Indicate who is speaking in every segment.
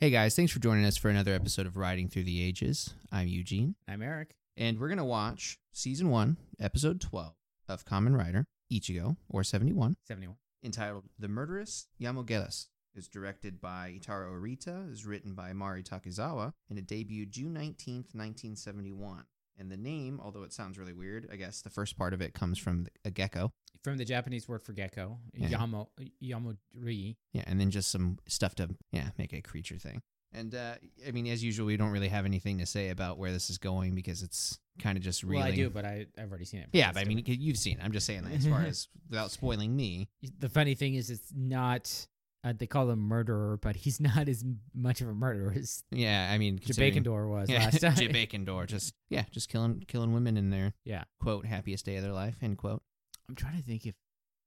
Speaker 1: Hey guys, thanks for joining us for another episode of Riding Through the Ages. I'm Eugene,
Speaker 2: I'm Eric.
Speaker 1: and we're going to watch season 1, episode 12 of Common Rider Ichigo or 71,
Speaker 2: 71.
Speaker 1: entitled The Murderous Yamogeras. It's directed by Itaro Orita, is written by Mari Takizawa, and it debuted June 19th, 1971. And the name, although it sounds really weird, I guess the first part of it comes from a gecko.
Speaker 2: From the Japanese word for gecko,
Speaker 1: Yeah.
Speaker 2: yamo yamori.
Speaker 1: Yeah, and then just some stuff to yeah make a creature thing. And uh, I mean, as usual, we don't really have anything to say about where this is going because it's kind of just reeling.
Speaker 2: Well, I do, but I, I've already seen it.
Speaker 1: yeah,
Speaker 2: It's
Speaker 1: but I mean,
Speaker 2: different.
Speaker 1: you've seen. it. I'm just saying that as far as without spoiling me.
Speaker 2: the funny thing is, it's not. Uh, they call him murderer, but he's not as m- much of a murderer as
Speaker 1: Yeah, I mean, considering-
Speaker 2: Jabakendor was
Speaker 1: yeah,
Speaker 2: last time.
Speaker 1: Jay Bacondor, just yeah, just killing killing women in their
Speaker 2: Yeah.
Speaker 1: quote happiest day of their life end quote.
Speaker 2: I'm trying to think if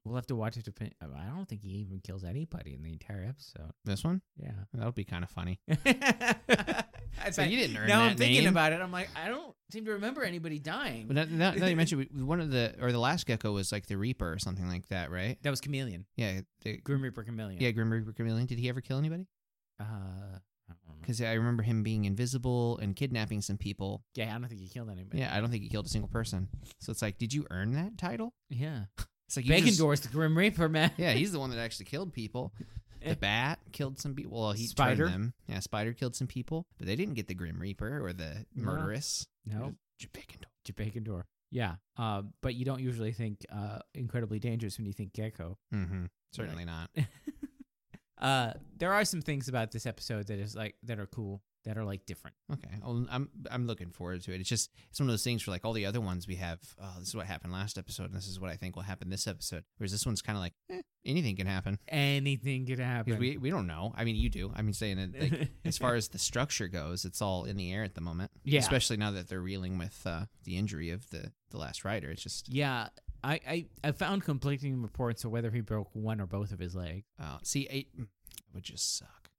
Speaker 2: we'll have to watch it. Depend- I don't think he even kills anybody in the entire episode.
Speaker 1: This one
Speaker 2: Yeah.
Speaker 1: that would be kind of funny.
Speaker 2: That's
Speaker 1: So you didn't earn
Speaker 2: now
Speaker 1: that
Speaker 2: I'm thinking
Speaker 1: name.
Speaker 2: about it. I'm like, I don't seem to remember anybody dying.
Speaker 1: But now, now, now you mentioned we- we- one of the or the last gecko was like the Reaper or something like that, right?
Speaker 2: that was Chameleon,
Speaker 1: Yeah, the,
Speaker 2: Grim Reaper Chameleon.
Speaker 1: yeah, Grim Reaper Chameleon. Did he ever kill anybody?
Speaker 2: Uh, I don't remember.
Speaker 1: because I remember him being invisible and kidnapping some people.
Speaker 2: Yeah, I don't think he killed anybody.
Speaker 1: Yeah, I don't think he killed a single person. So it's like, did you earn that title?
Speaker 2: Yeah.
Speaker 1: It's like you just-
Speaker 2: Bacondoor's the Grim Reaper, man.
Speaker 1: Yeah, he's the one that actually killed people.
Speaker 2: Eh.
Speaker 1: The bat killed some people. Well, he turned
Speaker 2: Spider?
Speaker 1: them. Yeah, spider killed some people, but they didn't get the Grim Reaper or the
Speaker 2: No.
Speaker 1: murderous.
Speaker 2: No,
Speaker 1: Jabekindor.
Speaker 2: to Bacondoor. Yeah. Uh, but you don't usually think uh, incredibly dangerous when you think gecko.
Speaker 1: Mm-hmm. Certainly not.
Speaker 2: Uh, there are some things about this episode that is like that are cool, that are like different.
Speaker 1: Okay, well, I'm I'm looking forward to it. It's just it's one of those things where like all the other ones we have. Oh, this is what happened last episode, and this is what I think will happen this episode. Whereas this one's kind of like eh, anything can happen
Speaker 2: Anything could happen.
Speaker 1: because we we don't know. I mean, you do. I mean, saying that like as far as the structure goes, it's all in the air at the moment.
Speaker 2: Yeah.
Speaker 1: Especially now that they're reeling with uh, the injury of the, the last rider. It's just,
Speaker 2: yeah. I, I, I found conflicting reports of whether he broke one or both of his legs.
Speaker 1: uh, see, it, it would just suck.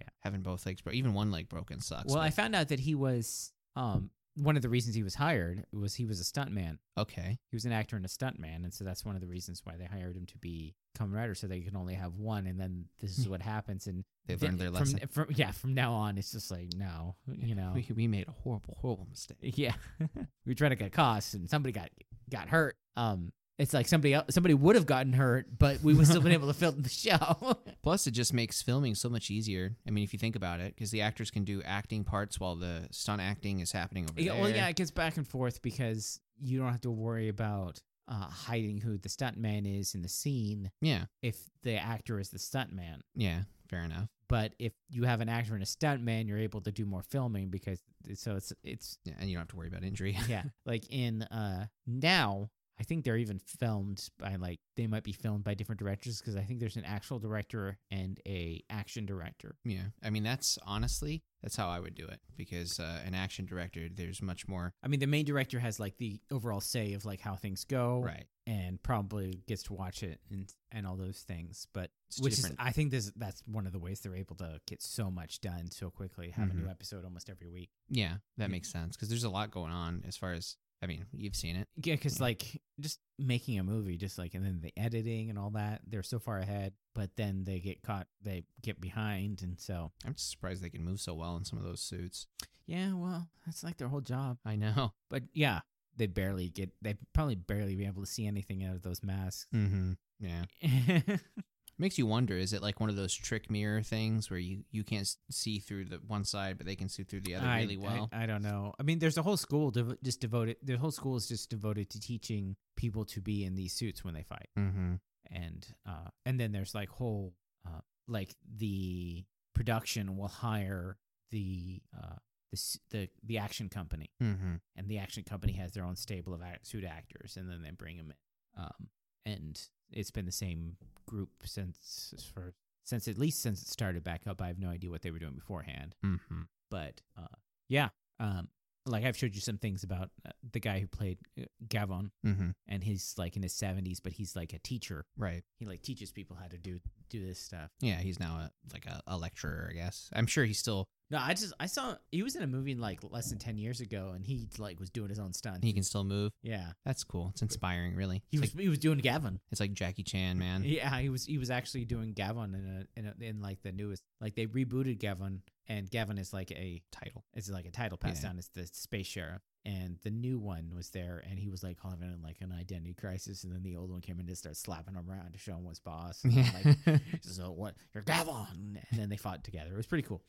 Speaker 2: Yeah.
Speaker 1: Having both legs, bro- even one leg broken sucks.
Speaker 2: Well, I
Speaker 1: but-
Speaker 2: found out that he was um one of the reasons he was hired was he was a stuntman.
Speaker 1: okay.
Speaker 2: he was an actor and a stuntman, and so that's one of the reasons why they hired him to be Kamen Rider, so they can only have one, and then this is what happens. And
Speaker 1: Hmm. They
Speaker 2: then
Speaker 1: learned their
Speaker 2: from-
Speaker 1: lesson.
Speaker 2: From, yeah, from now on, it's just like no, you know,
Speaker 1: we, we made a horrible, horrible mistake.
Speaker 2: yeah, we tried to cut costs, and somebody got got hurt. Um, it's like somebody else, somebody would have gotten hurt, but we would still been able to film the show.
Speaker 1: Plus, it just makes filming so much easier. I mean, if you think about it, because the actors can do acting parts while the stunt acting is happening over
Speaker 2: yeah,
Speaker 1: there.
Speaker 2: well, yeah, it gets back and forth because you don't have to worry about uh, hiding who the stuntman is in the scene
Speaker 1: Yeah.
Speaker 2: if the actor is the stuntman.
Speaker 1: Yeah. Fair enough.
Speaker 2: but if you have an actor and a stuntman, you're able to do more filming because so it's it's
Speaker 1: Yeah, and you don't have to worry about injury.
Speaker 2: yeah like in uh now I think they're even filmed by like they might be filmed by different directors because I think there's an actual director and a action director.
Speaker 1: Yeah, I mean that's honestly that's how I would do it because uh, an action director there's much more
Speaker 2: I mean the main director has like the overall say of like how things go
Speaker 1: right.
Speaker 2: and probably gets to watch it and and all those things but
Speaker 1: It's
Speaker 2: which
Speaker 1: different.
Speaker 2: is I think this that's one of the ways they're able to get so much done so quickly have
Speaker 1: Mm-hmm.
Speaker 2: a new episode almost every week.
Speaker 1: yeah, that makes sense because there's a lot going on as far as I mean you've seen it.
Speaker 2: Yeah, because
Speaker 1: Yeah.
Speaker 2: like just making a movie, just like and then the editing and all that, they're so far ahead, but then they get caught, they get behind, and so
Speaker 1: I'm just surprised they can move so well in some of those suits.
Speaker 2: yeah, well, that's like their whole job.
Speaker 1: I know.
Speaker 2: But yeah, they barely get, they probably barely be able to see anything out of those masks.
Speaker 1: Mm-hmm. Yeah, Mm. makes you wonder. Is it like one of those trick mirror things where you you can't s- see through the one side but they can see through the other
Speaker 2: I-
Speaker 1: really
Speaker 2: I-
Speaker 1: well?
Speaker 2: I, don't know. I mean, there's a whole school dev- just devoted. The whole school is just devoted to teaching people to be in these suits when they fight.
Speaker 1: mm-hmm.
Speaker 2: and uh and then there's like whole uh like the production will hire the uh the s- the the action company
Speaker 1: Mm-hmm.
Speaker 2: and the action company has their own stable of act- suit actors and then they bring them in um and it's been the same group since for since at least since it started back up i have no idea what they were doing beforehand
Speaker 1: Mm-hmm.
Speaker 2: but uh yeah um like i've showed you some things about uh, the guy who played uh, gavon
Speaker 1: Mm-hmm.
Speaker 2: and he's like in his 70s but he's like a teacher
Speaker 1: Right.
Speaker 2: he like teaches people how to do do this stuff.
Speaker 1: Yeah, he's now a, like a, a lecturer, I guess. I'm sure he's still
Speaker 2: No, I just I saw he was in a movie like less than ten years ago, and he like was doing his own stunt.
Speaker 1: he can still move.
Speaker 2: yeah,
Speaker 1: That's cool. It's inspiring, really.
Speaker 2: he
Speaker 1: it's,
Speaker 2: was
Speaker 1: like,
Speaker 2: he was doing Gavin.
Speaker 1: it's like Jackie Chan, man.
Speaker 2: Yeah, he was he was actually doing Gavin in a, in a in like the newest like they rebooted Gavin, and Gavin is like a
Speaker 1: Title.
Speaker 2: it's like a title passed
Speaker 1: Yeah.
Speaker 2: down as the space sheriff. And the new one was there, and he was like having like an identity crisis, and then the old one came in and started slapping him around to show him what's boss. And
Speaker 1: Yeah.
Speaker 2: like, so what you're Gavon and then they fought together. It was pretty cool.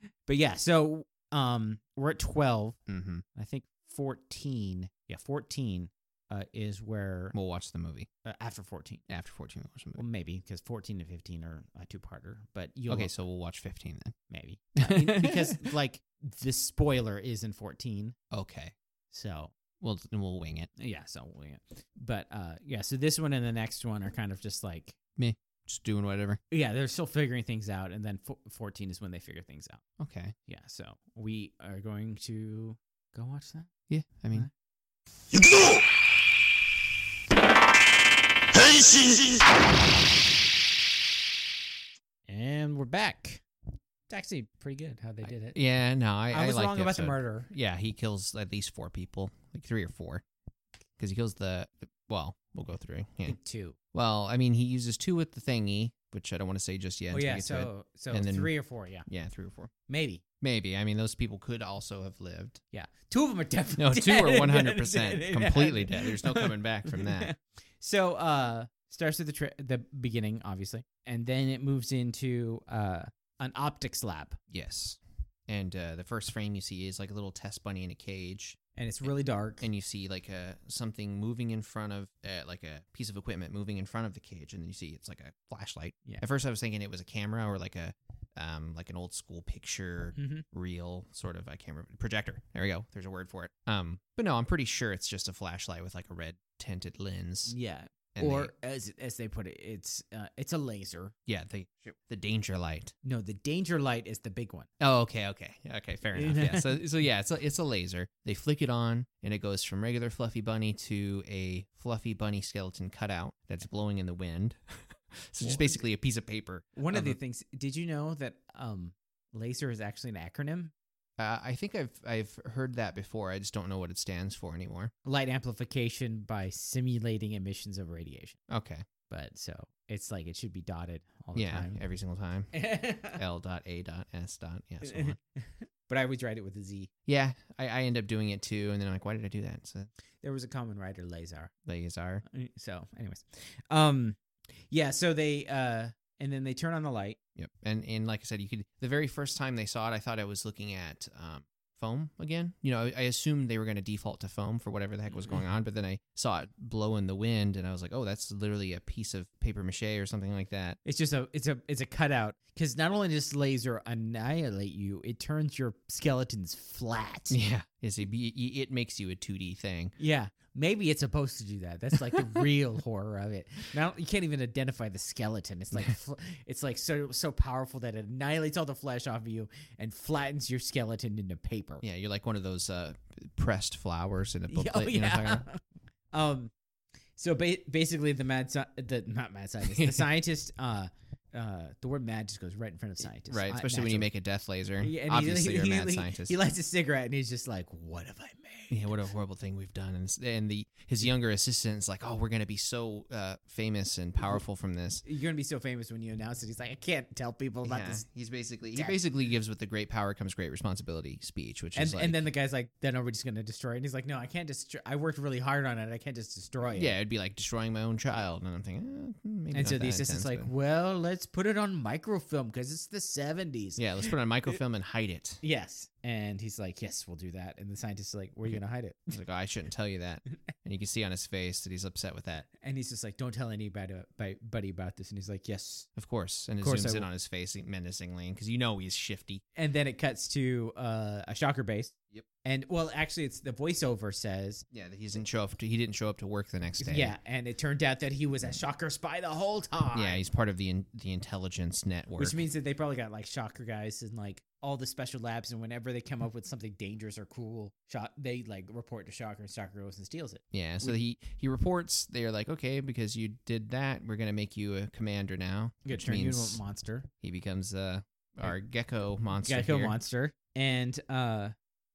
Speaker 2: but yeah, so um we're at twelve.
Speaker 1: hmm
Speaker 2: I think fourteen. Yeah, fourteen uh, is where
Speaker 1: We'll watch the movie
Speaker 2: uh, after fourteen.
Speaker 1: after 14. We'll watch the
Speaker 2: Well,
Speaker 1: movie.
Speaker 2: maybe because fourteen and fifteen are a two-parter, but you
Speaker 1: Okay, so we'll watch 15 then.
Speaker 2: maybe I mean, because like the spoiler is in fourteen,
Speaker 1: Okay,
Speaker 2: so
Speaker 1: we'll then we'll wing it.
Speaker 2: yeah, so yeah. but uh yeah, so this one and the next one are kind of just like
Speaker 1: Just doing whatever.
Speaker 2: yeah, they're still figuring things out, and then fo- fourteen is when they figure things out.
Speaker 1: Okay.
Speaker 2: Yeah, so we are going to go watch that.
Speaker 1: Yeah. I mean,
Speaker 3: 行くぞ変身
Speaker 2: And we're back. It's actually pretty good how they did it.
Speaker 1: yeah. No, I,
Speaker 2: I was
Speaker 1: like
Speaker 2: wrong
Speaker 1: the
Speaker 2: about the
Speaker 1: episode.
Speaker 2: murder.
Speaker 1: Yeah, he kills at least four people, like three or four, because he kills the. Well, we'll go through.
Speaker 2: I
Speaker 1: Yeah.
Speaker 2: think two. Oh,
Speaker 1: Well, I mean, he uses two with the thingy, which I don't want to say just yet.
Speaker 2: Oh
Speaker 1: until we
Speaker 2: yeah,
Speaker 1: get to it.
Speaker 2: so so
Speaker 1: And then-
Speaker 2: three or four, yeah.
Speaker 1: yeah, three or four,
Speaker 2: Maybe.
Speaker 1: maybe. I mean, those people could also have lived.
Speaker 2: Yeah. Two of them are definitely
Speaker 1: No, two are
Speaker 2: dead.
Speaker 1: 100% completely dead. There's no coming back from that.
Speaker 2: So uh starts at the tri- the beginning obviously, and then it moves into uh an optics lab.
Speaker 1: Yes. And uh, the first frame you see is like a little test bunny in a cage,
Speaker 2: And it's really dark.
Speaker 1: and you see like a something moving in front of uh, like a piece of equipment moving in front of the cage, and then you see it's like a flashlight.
Speaker 2: Yeah.
Speaker 1: At first, I was thinking it was a camera or like a um like an old school picture
Speaker 2: Mhm.
Speaker 1: reel sort of. I can't remember projector. There we go. There's a word for it. Um, but no, I'm pretty sure it's just a flashlight with like a red tinted lens.
Speaker 2: Yeah.
Speaker 1: And
Speaker 2: or
Speaker 1: they-
Speaker 2: as as they put it, it's uh, it's a laser.
Speaker 1: yeah, the the danger light.
Speaker 2: No, the danger light is the big one.
Speaker 1: Oh, okay, okay, okay. Fair enough. Yeah. So, so yeah, it's a, it's a laser. They flick it on, and it goes from regular fluffy bunny to a fluffy bunny skeleton cutout that's blowing in the wind. so
Speaker 2: Well-
Speaker 1: just basically a piece of paper.
Speaker 2: One of
Speaker 1: of
Speaker 2: the
Speaker 1: a-
Speaker 2: things, did you know that um, laser is actually an acronym?
Speaker 1: Uh, I think I've I've heard that before. I just don't know what it stands for anymore.
Speaker 2: Light amplification by simulating emissions of radiation.
Speaker 1: Okay.
Speaker 2: But so it's like it should be dotted all the
Speaker 1: Yeah.
Speaker 2: time.
Speaker 1: Every single time. L dot A dot S dot yeah. So on.
Speaker 2: but I always write it with a Z.
Speaker 1: yeah. I, I end up doing it too, and then I'm like, why did I do that? So
Speaker 2: There was a common writer, Lazar.
Speaker 1: laser.
Speaker 2: So, anyways, um, yeah. So they uh, and then they turn on the light.
Speaker 1: Yep. And and like I said, you could the very first time they saw it, I thought I was looking at um, foam again. You know, I, I assumed they were going to default to foam for whatever the heck was going
Speaker 2: Mm-hmm.
Speaker 1: on, but then I saw it blow in the wind, and I was like, oh, that's literally a piece of paper mache or something like that.
Speaker 2: It's just a it's a it's a cutout because not only does laser annihilate you, it turns your skeletons flat.
Speaker 1: Yeah, it's a, y- y- it makes you a two D thing.
Speaker 2: Yeah, maybe it's supposed to do that. That's like the real horror of it. Now you can't even identify the skeleton. It's like fl- it's like so so powerful that it annihilates all the flesh off of you and flattens your skeleton into paper.
Speaker 1: Yeah, you're like one of those uh, pressed flowers in a
Speaker 2: Yeah,
Speaker 1: booklet.
Speaker 2: oh,
Speaker 1: You know what I'm talking
Speaker 2: yeah.
Speaker 1: about?
Speaker 2: um, so ba- basically, the mad sci- the not mad scientist, the scientist. Uh, uh, the word mad just goes right in front of scientist.
Speaker 1: Right,
Speaker 2: Uh,
Speaker 1: especially when you
Speaker 2: natural.
Speaker 1: make a death laser.
Speaker 2: Yeah, and he-
Speaker 1: Obviously, you're a
Speaker 2: he-
Speaker 1: mad
Speaker 2: he-
Speaker 1: scientist.
Speaker 2: He lights a cigarette and he's just like, "What have I made?"
Speaker 1: yeah, what a horrible thing we've done. And, s- and the his younger assistant's like, oh, we're gonna be so uh, famous and powerful from this.
Speaker 2: You're gonna be so famous when you announce it. He's like, "I can't tell people about
Speaker 1: Yeah,
Speaker 2: this."
Speaker 1: He's basically he
Speaker 2: death.
Speaker 1: basically gives with the great power comes great responsibility speech, which
Speaker 2: And
Speaker 1: is like,
Speaker 2: and then the guy's like, "Then are we just gonna destroy it?" And he's like, "No, I can't destroy. I worked really hard on it. I can't just destroy it."
Speaker 1: yeah, it'd be like destroying my own child, and I'm thinking, eh, maybe.
Speaker 2: oh, And
Speaker 1: not
Speaker 2: so the
Speaker 1: that
Speaker 2: assistant's
Speaker 1: intense,
Speaker 2: like,
Speaker 1: but-
Speaker 2: "Well, let's put it on microfilm because it's the '70s."
Speaker 1: yeah, let's put it on microfilm and hide it.
Speaker 2: Yes. And he's like, "Yes, we'll do that." And the scientist's like, "Where are you gonna hide it?"
Speaker 1: He's like, oh, I shouldn't tell you that, and you can see on his face that he's upset with that,
Speaker 2: And he's just like, "Don't tell anybody buddy about this." And he's like, "Yes."
Speaker 1: of course, and it
Speaker 2: course I
Speaker 1: zooms in
Speaker 2: will.
Speaker 1: on his face menacingly because you know he's shifty.
Speaker 2: And then it cuts to uh, a shocker base.
Speaker 1: Yep.
Speaker 2: And well, actually, it's the voiceover says,
Speaker 1: Yeah, that he didn't show up. To, he didn't show up to work the next day.
Speaker 2: yeah, and it turned out that he was a shocker spy the whole time.
Speaker 1: yeah, he's part of the in, the intelligence network.
Speaker 2: Which means that they probably got like shocker guys and like all the special labs, and whenever they come up with something dangerous or cool, shot they like report to Shocker, and Shocker goes and steals it.
Speaker 1: yeah, so he he reports. They're like, okay, because you did that, we're gonna make you a commander now.
Speaker 2: Good
Speaker 1: which
Speaker 2: turn, you
Speaker 1: means
Speaker 2: monster,
Speaker 1: he becomes uh, our gecko monster.
Speaker 2: gecko
Speaker 1: here.
Speaker 2: monster, and uh,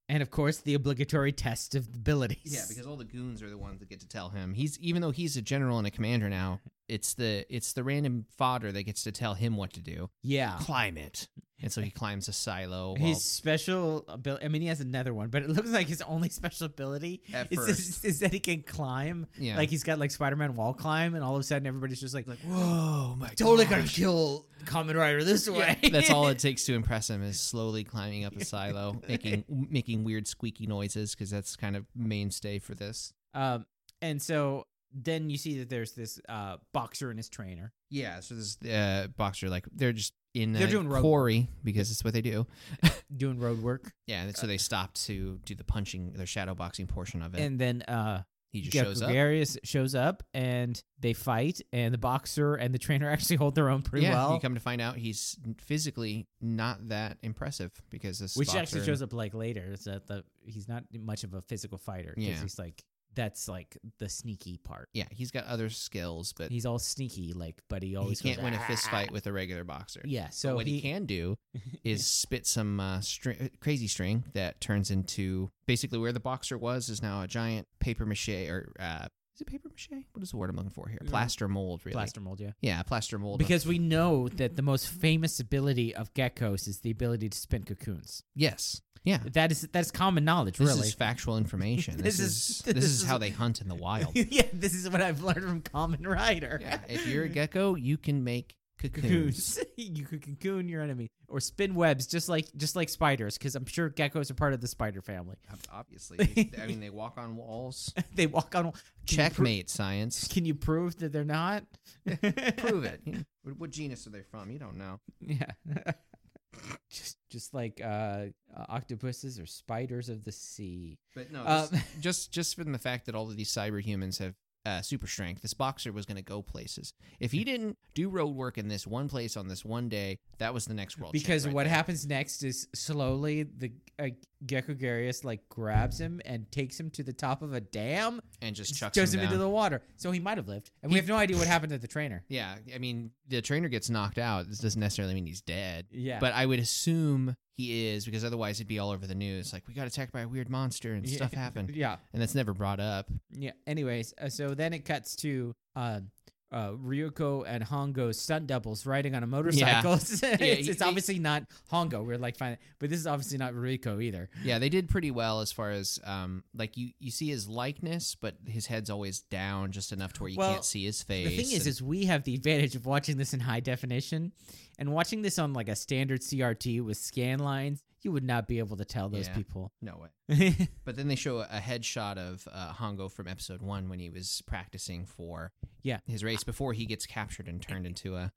Speaker 2: and of course the obligatory test of abilities.
Speaker 1: Yeah, because all the goons are the ones that get to tell him. He's even though he's a general and a commander now, it's the it's the random fodder that gets to tell him what to do.
Speaker 2: yeah,
Speaker 1: Climb it. And so he climbs a silo. While,
Speaker 2: His special ability, I mean, he has another one, but it looks like his only special ability
Speaker 1: At
Speaker 2: is, is,
Speaker 1: first.
Speaker 2: is that he can climb.
Speaker 1: yeah.
Speaker 2: Like, he's got like Spider Man wall climb, and all of a sudden, everybody's just like,
Speaker 1: like, whoa, my
Speaker 2: totally gonna
Speaker 1: gosh.
Speaker 2: kill Common Rider this way.
Speaker 1: That's all it takes to impress him is slowly climbing up a silo, making making weird squeaky noises because that's kind of mainstay for this.
Speaker 2: Um, and so then you see that there's this uh, boxer and his trainer.
Speaker 1: Yeah, so this uh, boxer like they're just in
Speaker 2: They're
Speaker 1: a
Speaker 2: doing road-
Speaker 1: quarry because it's what they do.
Speaker 2: doing road work.
Speaker 1: Yeah, and so they stop to do the punching, their shadow boxing portion of it.
Speaker 2: And then uh
Speaker 1: he just
Speaker 2: Gep-
Speaker 1: shows up.
Speaker 2: Gregarious shows up and they fight and the boxer and the trainer actually hold their own pretty
Speaker 1: yeah,
Speaker 2: well.
Speaker 1: you come to find out he's physically not that impressive because this
Speaker 2: which
Speaker 1: boxer,
Speaker 2: actually shows up like later is that the he's not much of a physical fighter because
Speaker 1: Yeah.
Speaker 2: he's like that's like the sneaky part.
Speaker 1: Yeah, he's got other skills, but he,
Speaker 2: He's all sneaky like but he always
Speaker 1: can't
Speaker 2: goes,
Speaker 1: win a
Speaker 2: "Ah."
Speaker 1: fist fight with a regular boxer.
Speaker 2: Yeah,
Speaker 1: So
Speaker 2: so
Speaker 1: what he, can do is spit some uh, string, crazy string that turns into basically where the boxer was is now a giant paper mache or uh, is it paper mache? What is the word I'm looking for here?
Speaker 2: Yeah.
Speaker 1: Mm. Plaster mold, really?
Speaker 2: plaster mold yeah.
Speaker 1: Yeah, plaster mold. of-
Speaker 2: Because we know that the most famous ability of geckos is the ability to spin cocoons.
Speaker 1: yes, yeah.
Speaker 2: That is that's common knowledge,
Speaker 1: This
Speaker 2: really.
Speaker 1: is factual information.
Speaker 2: This
Speaker 1: this,
Speaker 2: is-
Speaker 1: is,
Speaker 2: this
Speaker 1: this,
Speaker 2: is-
Speaker 1: is how they hunt in the wild.
Speaker 2: yeah, this is what I've learned from Common Rider.
Speaker 1: yeah, if you're a gecko, you can make cocoons.
Speaker 2: cocoons, you could cocoon your enemy or spin webs, just like just like spiders, because I'm sure geckos are part of the spider family.
Speaker 1: Ob- Obviously, They- I mean they walk on walls.
Speaker 2: they walk on. Can you pro-
Speaker 1: Checkmate science.
Speaker 2: can you prove that they're not?
Speaker 1: Prove it. Yeah. What, what genus are they from? You don't know.
Speaker 2: Yeah. just just like uh, octopuses or spiders of the sea.
Speaker 1: But no,
Speaker 2: Um,
Speaker 1: just, just just from the fact that all of these cyber humans have uh, super strength, this boxer was going to go places. If
Speaker 2: Hmm.
Speaker 1: he didn't do road work in this one place on this one day, that was the next world. champ
Speaker 2: because
Speaker 1: right
Speaker 2: what
Speaker 1: there.
Speaker 2: happens next is slowly the uh, Gecko Garius like grabs him and takes him to the top of a dam,
Speaker 1: And just chucks
Speaker 2: throws
Speaker 1: him,
Speaker 2: him, into
Speaker 1: down.
Speaker 2: the water. So he might have lived, and we
Speaker 1: He-
Speaker 2: have no idea what happened to the trainer.
Speaker 1: Yeah, I mean the trainer gets knocked out. This doesn't necessarily mean he's dead.
Speaker 2: Yeah,
Speaker 1: But I would assume he is because otherwise it'd be all over the news. Like we got attacked by a weird monster and
Speaker 2: Yeah.
Speaker 1: stuff happened,
Speaker 2: yeah,
Speaker 1: and that's never brought up.
Speaker 2: yeah. Anyways, uh, so then it cuts to uh, uh, Ryuko and Hongo's stunt doubles riding on a motorcycle. it's
Speaker 1: he-
Speaker 2: it's
Speaker 1: he-
Speaker 2: obviously not Hongo. We're like, fine, but this is obviously not Ryuko either.
Speaker 1: Yeah, they did pretty well as far as um like you you see his likeness, but his head's always down just enough to where you
Speaker 2: Well,
Speaker 1: can't see his face.
Speaker 2: The thing is,
Speaker 1: and-
Speaker 2: is we have the advantage of watching this in high definition, and watching this on like a standard CRT with scan lines, you would not be able to tell those
Speaker 1: Yeah.
Speaker 2: people.
Speaker 1: no way.
Speaker 2: yeah,
Speaker 1: But then they show a, a headshot of uh, Hongo from episode one when he was practicing for
Speaker 2: Yeah.
Speaker 1: his race before he gets captured and turned into a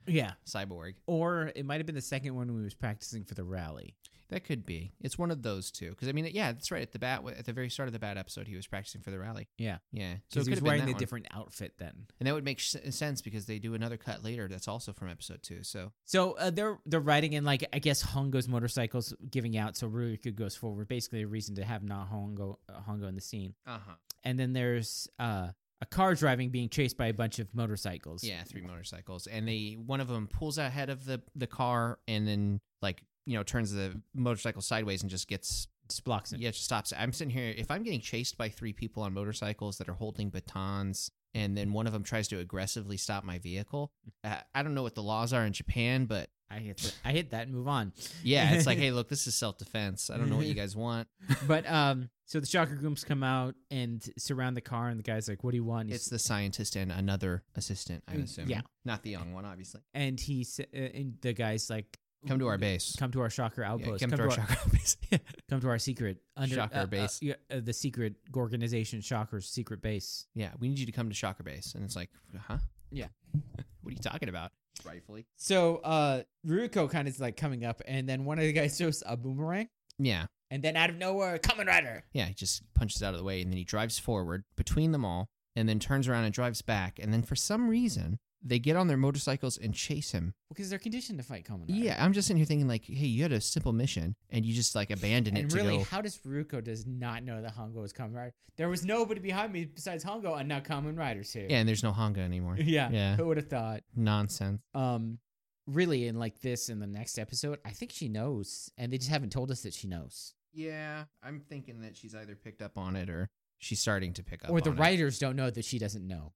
Speaker 1: cyborg.
Speaker 2: or it might have been the second one when we was practicing for the rally.
Speaker 1: That could be. It's one of those two because I mean, yeah, that's right. At the bat, at the very start of the bat episode, he was practicing for the rally.
Speaker 2: Yeah.
Speaker 1: yeah. So it
Speaker 2: So he
Speaker 1: could
Speaker 2: was
Speaker 1: have been
Speaker 2: wearing
Speaker 1: that
Speaker 2: a
Speaker 1: one.
Speaker 2: different outfit then.
Speaker 1: and that would make s- sense because they do another cut later that's also from episode two. So
Speaker 2: So uh, they're they're riding in like I guess Hongo's motorcycles giving out, so Ryuko goes forward. Basically, a reason to have not Hongo uh, Hongo in the scene.
Speaker 1: uh huh.
Speaker 2: And then there's uh, a car driving being chased by a bunch of motorcycles.
Speaker 1: Yeah, three motorcycles, and they one of them pulls out ahead of the the car, and then like you know turns the motorcycle sideways and just gets
Speaker 2: just blocks him.
Speaker 1: yeah just stops. I'm sitting here if I'm getting chased by three people on motorcycles that are holding batons, and then one of them tries to aggressively stop my vehicle. Uh, I don't know what the laws are in Japan, but
Speaker 2: I hit the, I hit that and move on.
Speaker 1: yeah, it's like hey, look, this is self defense. I don't know what you guys want.
Speaker 2: but um, so the shocker gooms come out and surround the car, and the guy's like, "What do you want?"
Speaker 1: It's the scientist and another assistant. I'm
Speaker 2: Mm, Yeah.
Speaker 1: assuming. not the young one, obviously.
Speaker 2: and he sa- uh, and the guy's like,
Speaker 1: Come to our base.
Speaker 2: Come to our shocker
Speaker 1: Yeah,
Speaker 2: outpost.
Speaker 1: come, to our, shocker base.
Speaker 2: Come to our secret under
Speaker 1: Shocker
Speaker 2: uh, uh,
Speaker 1: base.
Speaker 2: yeah, uh, the secret organization Shocker's secret base.
Speaker 1: yeah, we need you to come to Shocker Base. And it's like, huh?
Speaker 2: Yeah.
Speaker 1: what are you talking about? Rightfully.
Speaker 2: So uh, Ruko kind of is like coming up, and then one of the guys throws a boomerang,
Speaker 1: Yeah.
Speaker 2: And then out of nowhere, Kamen Rider.
Speaker 1: Yeah, he just punches out of the way and then he drives forward between them all and then turns around and drives back. And then for some reason, they get on their motorcycles and chase him.
Speaker 2: Because they're conditioned to fight Kamen Rider.
Speaker 1: Yeah, I'm just sitting here thinking, like, hey, you had a simple mission and you just like abandoned it
Speaker 2: And
Speaker 1: to
Speaker 2: really,
Speaker 1: go.
Speaker 2: how does Ruko does not know that Hongo is Kamen Rider? There was nobody behind me besides Hongo, and now Kamen Rider's here.
Speaker 1: yeah, and there's no Honga anymore.
Speaker 2: yeah.
Speaker 1: Yeah.
Speaker 2: Who would have thought?
Speaker 1: Nonsense.
Speaker 2: Um, really, in like this in the next episode, I think she knows, and they just haven't told us that she knows,
Speaker 1: Yeah, I'm thinking that she's either picked up on it or she's starting to pick up
Speaker 2: or the
Speaker 1: on it.
Speaker 2: writers don't know that she doesn't know.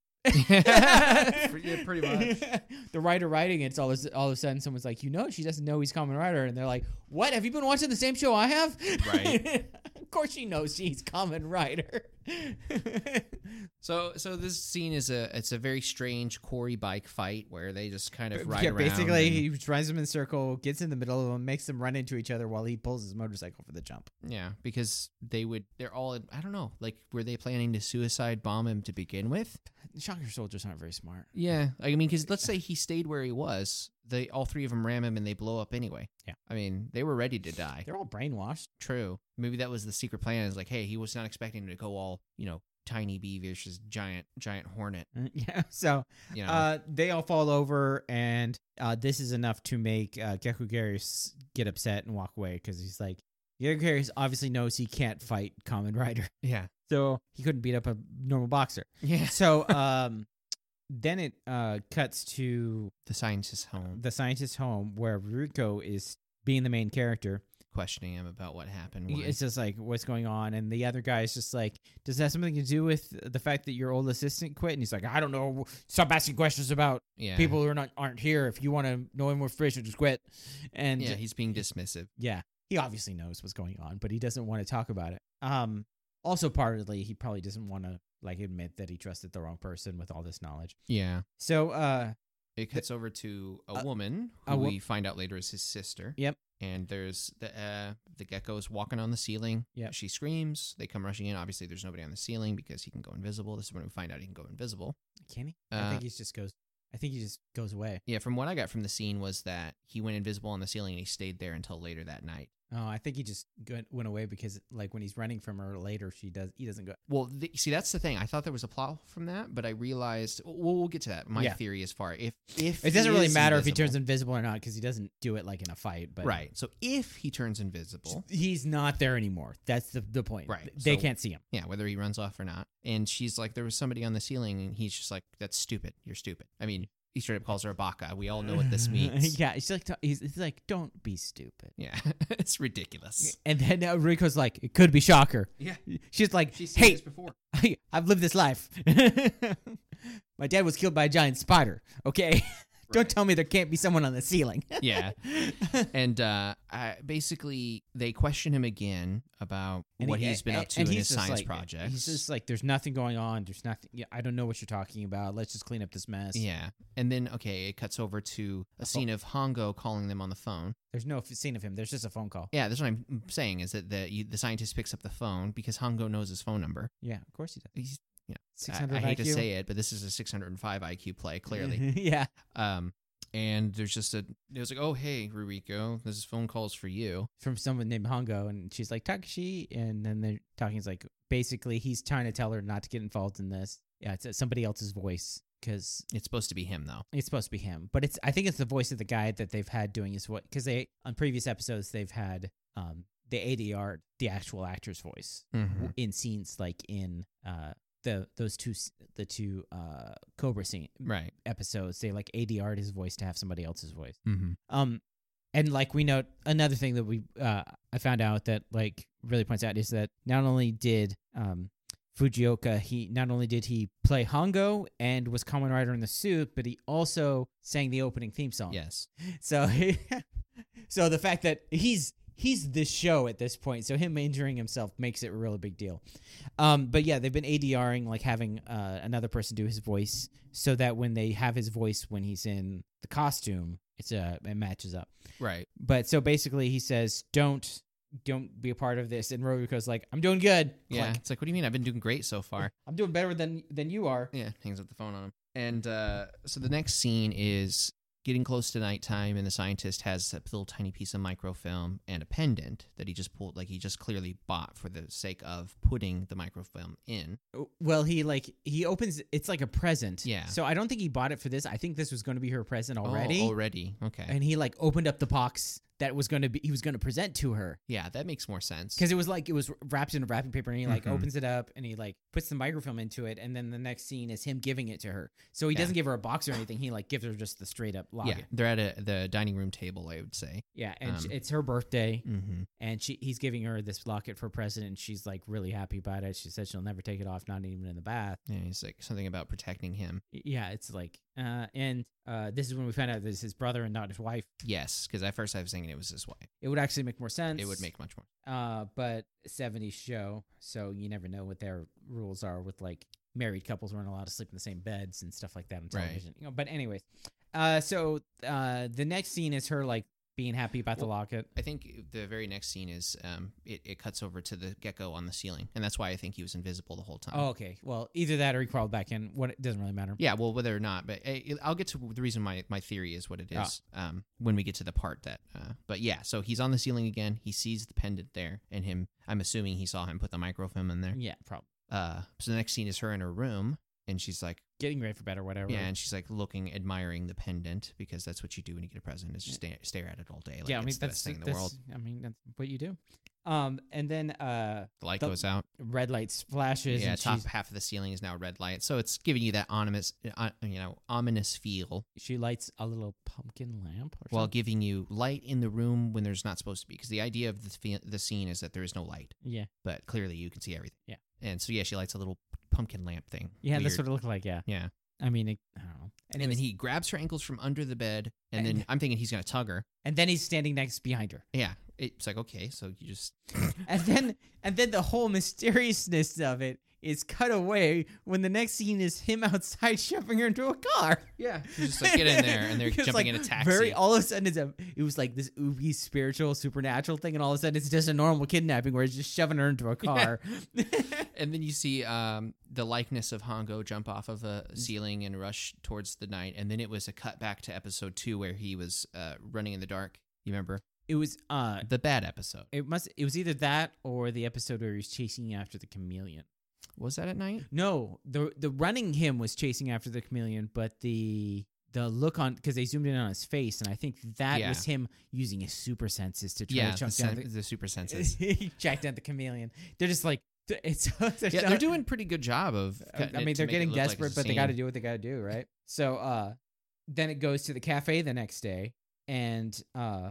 Speaker 1: Pretty- yeah, pretty much.
Speaker 2: the writer writing it's all of, all of a sudden someone's like, you know, she doesn't know he's Common Rider, and they're like, what? Have you been watching the same show I have?
Speaker 1: Right.
Speaker 2: of course she knows she's Common Rider.
Speaker 1: So, so this scene is a it's a very strange quarry bike fight where they just kind of ride
Speaker 2: yeah,
Speaker 1: around.
Speaker 2: basically
Speaker 1: and-
Speaker 2: he runs them in a circle, gets in the middle of them, makes them run into each other while he pulls his motorcycle for the jump.
Speaker 1: Yeah, because they would. They're all. in- I don't know. Like, were they planning to suicide bomb him to begin with?
Speaker 2: Shocker soldiers aren't very smart.
Speaker 1: Yeah, I mean, because let's say he stayed where he was. They all three of them ram him and they blow up anyway.
Speaker 2: Yeah.
Speaker 1: I mean, they were ready to die.
Speaker 2: They're all brainwashed.
Speaker 1: True. Maybe that was the secret plan. Is like, hey, he was not expecting to go all you know tiny bee versus giant giant hornet.
Speaker 2: Uh, Yeah. So
Speaker 1: You know.
Speaker 2: uh, they all fall over, and uh, this is enough to make uh, Gekugarius get upset and walk away because he's like, Gekugarius obviously knows he can't fight Common Rider,
Speaker 1: yeah.
Speaker 2: so he couldn't beat up a normal boxer.
Speaker 1: Yeah.
Speaker 2: So um, then it uh, cuts to
Speaker 1: The scientist's home
Speaker 2: the scientist's home where Ruko is being the main character.
Speaker 1: questioning him about what happened.
Speaker 2: It's just like, what's going on? And the other guy's just like, does that have something to do with the fact that your old assistant quit? And he's like, I don't know. Stop asking questions about
Speaker 1: yeah.
Speaker 2: people who are not aren't here. If you want to know more information, just quit. And
Speaker 1: Yeah,
Speaker 2: yeah, he,
Speaker 1: he's being dismissive.
Speaker 2: obviously knows what's going on, but he doesn't want to talk about it. Um, also partly he probably doesn't want to like admit that he trusted the wrong person with all this knowledge.
Speaker 1: Yeah.
Speaker 2: So, uh,
Speaker 1: It cuts over to a
Speaker 2: A-
Speaker 1: woman who
Speaker 2: Uh, a wo-
Speaker 1: we find out later is his sister.
Speaker 2: Yep.
Speaker 1: And there's the uh, the gecko's walking on the ceiling.
Speaker 2: Yep.
Speaker 1: She screams. They come rushing in. Obviously, there's nobody on the ceiling because he can go invisible. This is when we find out he can go invisible.
Speaker 2: can he? I
Speaker 1: Uh,
Speaker 2: think he just goes. I think he just goes away.
Speaker 1: Yeah. From what I got from the scene was that he went invisible on the ceiling and he stayed there until later that night.
Speaker 2: Oh, I think he just go- went away because like when he's running from her later, she does. He doesn't go.
Speaker 1: Well, th- see, that's the thing. I thought there was a plot from that, but I realized. Well, we'll get to that. My
Speaker 2: Yeah.
Speaker 1: theory is far if if
Speaker 2: It
Speaker 1: he
Speaker 2: doesn't really
Speaker 1: is
Speaker 2: matter if he turns
Speaker 1: invisible-
Speaker 2: invisible or not because he doesn't do it like in a fight. But
Speaker 1: right. So if he turns invisible,
Speaker 2: he's not there anymore. That's the the point.
Speaker 1: Right,
Speaker 2: Th- They
Speaker 1: so-
Speaker 2: can't see him.
Speaker 1: Yeah, whether he runs off or not. And she's like, there was somebody on the ceiling, and he's just like, that's stupid. You're stupid. I mean, he straight up calls her a baka. We all know what this means.
Speaker 2: yeah, he's like, he's, he's like, don't be stupid.
Speaker 1: Yeah, it's ridiculous.
Speaker 2: And then uh, Rico's like, it could be Shocker.
Speaker 1: Yeah,
Speaker 2: She's like, hey,
Speaker 1: before.
Speaker 2: I, I've lived this life. My dad was killed by a giant spider. Okay, don't tell me there can't be someone on the ceiling.
Speaker 1: yeah, and uh, I, basically they question him again about
Speaker 2: And
Speaker 1: what
Speaker 2: he-
Speaker 1: he's been
Speaker 2: and-
Speaker 1: up to in
Speaker 2: and
Speaker 1: his
Speaker 2: he's just
Speaker 1: science
Speaker 2: like-
Speaker 1: projects.
Speaker 2: He's just like, there's nothing going on. There's nothing. Yeah, I don't know what you're talking about. Let's just clean up this mess.
Speaker 1: yeah, and then okay, it cuts over to a scene of Hongo calling them on the phone.
Speaker 2: There's no f- scene of him. There's just a phone call.
Speaker 1: Yeah, that's what I'm saying is that the you, the scientist picks up the phone because Hongo knows his phone number.
Speaker 2: Yeah, of course he does.
Speaker 1: He's I-
Speaker 2: 600
Speaker 1: I, hate to
Speaker 2: IQ.
Speaker 1: say it, but this is a 605 IQ play, clearly.
Speaker 2: yeah.
Speaker 1: um, and there's just a, it was like, oh, hey, Ruriko, this is phone calls for you.
Speaker 2: from someone named Hongo, and she's like Takashi, and then they're talking. It's like basically he's trying to tell her not to get involved in this. Yeah, it's uh, somebody else's voice because
Speaker 1: It's supposed to be him, though.
Speaker 2: it's supposed to be him, but it's I think it's the voice of the guy that they've had doing his voice because they on previous episodes they've had um the ADR the actual actor's voice
Speaker 1: Mm-hmm.
Speaker 2: w in scenes like in uh the those two s- the two uh Cobra scene
Speaker 1: Right.
Speaker 2: episodes they like ADR'd his voice to have somebody else's voice.
Speaker 1: Mm-hmm.
Speaker 2: Um, and like we know, another thing that we uh, I found out that like really points out is that not only did um, Fujioka he not only did he play Hongo and was Common Rider in the suit, but he also sang the opening theme song.
Speaker 1: Oh. Yes.
Speaker 2: So, so the fact that he's he's the show at this point, so him injuring himself makes it a really big deal. Um, but yeah, they've been ADRing like having uh, another person do his voice, so that when they have his voice when he's in the costume, it's uh, it matches up.
Speaker 1: Right.
Speaker 2: But so basically, he says, "Don't." Don't be a part of this, and Robico's like, "I'm doing good.
Speaker 1: Yeah.
Speaker 2: Click.
Speaker 1: It's like, what do you mean? I've been doing great so far.
Speaker 2: I'm doing better than than you are."
Speaker 1: yeah. Hangs up the phone on him. And uh, so the next scene is getting close to nighttime, and the scientist has a little tiny piece of microfilm and a pendant that he just pulled, like he just clearly bought for the sake of putting the microfilm in.
Speaker 2: Well, he like he opens. It's like a present.
Speaker 1: Yeah.
Speaker 2: So I don't think he bought it for this. I think this was going to be her present already.
Speaker 1: Oh, already. Okay.
Speaker 2: And he like opened up the box that was going to be he was going to present to her
Speaker 1: yeah, that makes more sense.
Speaker 2: because it was like it was wrapped in wrapping paper and he like
Speaker 1: Mhm.
Speaker 2: opens it up and he like puts the microfilm into it and then the next scene is him giving it to her. So he
Speaker 1: Yeah.
Speaker 2: doesn't give her a box or anything. He like gives her just the straight up
Speaker 1: yeah,
Speaker 2: locket. Yeah.
Speaker 1: they're at a, the dining room table, I would say.
Speaker 2: and sh-
Speaker 1: Um,
Speaker 2: it's her birthday
Speaker 1: Mm-hmm.
Speaker 2: and she he's giving her this locket for present and she's like really happy about it. She said she'll never take it off, not even in the bath.
Speaker 1: And he's like something about protecting him.
Speaker 2: Yeah, it's like, uh, and uh, this is when we found out that it's his brother and not his wife.
Speaker 1: Yes, because at first I was thinking it was his wife.
Speaker 2: It would actually make more sense.
Speaker 1: It would make much more.
Speaker 2: uh, but '70s show, so you never know what their rules are with like married couples weren't allowed to sleep in the same beds and stuff like that on
Speaker 1: Right.
Speaker 2: television. You know, but anyways, uh, so uh, the next scene is her like being happy about the
Speaker 1: Well-
Speaker 2: locket.
Speaker 1: I think the very next scene is um, it, it cuts over to the gecko on the ceiling, and that's why I think he was invisible the whole time.
Speaker 2: Oh, okay. Well, either that or he crawled back in. What it doesn't really matter.
Speaker 1: uh-huh. Yeah, well, whether or not, but I, I'll get to the reason my my theory is what it
Speaker 2: Ah.
Speaker 1: is um, when we get to the part that. Uh, but yeah, so he's on the ceiling again. He sees the pendant there, and him. I'm assuming he saw him put the microfilm in there.
Speaker 2: Yeah, probably
Speaker 1: Uh, so the next scene is her in her room, and she's like,
Speaker 2: getting ready for bed or whatever.
Speaker 1: yeah, and she's like looking, admiring the pendant because that's what you do when you get a present is just stare, stare at it all day. Like,
Speaker 2: yeah. I mean,
Speaker 1: it's the
Speaker 2: that's
Speaker 1: best thing in the
Speaker 2: that's-
Speaker 1: world.
Speaker 2: I mean, that's what you do. Um, and then uh,
Speaker 1: The light
Speaker 2: the-
Speaker 1: goes out.
Speaker 2: red light splashes.
Speaker 1: Yeah,
Speaker 2: and
Speaker 1: top
Speaker 2: she's-
Speaker 1: half of the ceiling is now red light, so it's giving you that ominous, uh, you know, ominous feel
Speaker 2: she lights a little pumpkin lamp. Or
Speaker 1: while
Speaker 2: something.
Speaker 1: giving you light in the room when there's not supposed to be. Because the idea of the fe- the scene is that there is no light,
Speaker 2: yeah,
Speaker 1: but clearly you can see everything.
Speaker 2: Yeah.
Speaker 1: and so yeah, she lights a little pumpkin lamp thing.
Speaker 2: yeah,
Speaker 1: Weird.
Speaker 2: that's what it looked like. Yeah,
Speaker 1: Yeah,
Speaker 2: I mean, it, I don't know.
Speaker 1: and,
Speaker 2: Anyways,
Speaker 1: then he grabs her ankles from under the bed, and,
Speaker 2: And-
Speaker 1: then I'm thinking he's gonna tug her.
Speaker 2: and then he's standing next behind her,
Speaker 1: Yeah, it's like okay, so you just
Speaker 2: and then and then the whole mysteriousness of it is cut away when the next scene is him outside shoving her into a car.
Speaker 1: yeah, you just like get in there, and they're
Speaker 2: It's
Speaker 1: jumping
Speaker 2: like
Speaker 1: in a taxi.
Speaker 2: Very all of a sudden, it's a, it was like this oogie spiritual supernatural thing, and all of a sudden it's just a normal kidnapping where he's just shoving her into a car.
Speaker 1: And then you see um, the likeness of Hongo jump off of a
Speaker 2: Mm.
Speaker 1: ceiling and rush towards the night. And then it was a cut back to episode two where he was uh, running in the dark. You remember
Speaker 2: it was uh,
Speaker 1: the bad episode?
Speaker 2: it must it was either that or the episode where he was chasing after the chameleon.
Speaker 1: Was that at night?
Speaker 2: No, the the running him was chasing after the chameleon, but the the look on because they zoomed in on his face, and I think that
Speaker 1: Yeah.
Speaker 2: was him using his super senses to try
Speaker 1: Yeah,
Speaker 2: to
Speaker 1: the,
Speaker 2: chunk
Speaker 1: sen-
Speaker 2: down
Speaker 1: the,
Speaker 2: the,
Speaker 1: super senses.
Speaker 2: he checked down the chameleon. They're just like th- it's they're,
Speaker 1: yeah,
Speaker 2: so-
Speaker 1: they're doing pretty good job of. cutting
Speaker 2: I
Speaker 1: it
Speaker 2: mean,
Speaker 1: to
Speaker 2: they're
Speaker 1: make it
Speaker 2: getting
Speaker 1: look like
Speaker 2: desperate,
Speaker 1: it's a
Speaker 2: but they
Speaker 1: scene.
Speaker 2: got to do what they got to do, right? So uh, then it goes to the cafe the next day, and uh,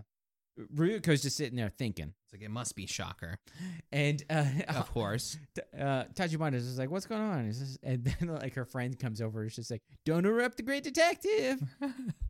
Speaker 2: Ryuko's just sitting there thinking,
Speaker 1: It's like it must be shocker,
Speaker 2: and uh,
Speaker 1: of course.
Speaker 2: T- uh, Tachibana is just like, "What's going on?" It's just- and then like her friend comes over, and she's like, "Don't interrupt the great detective."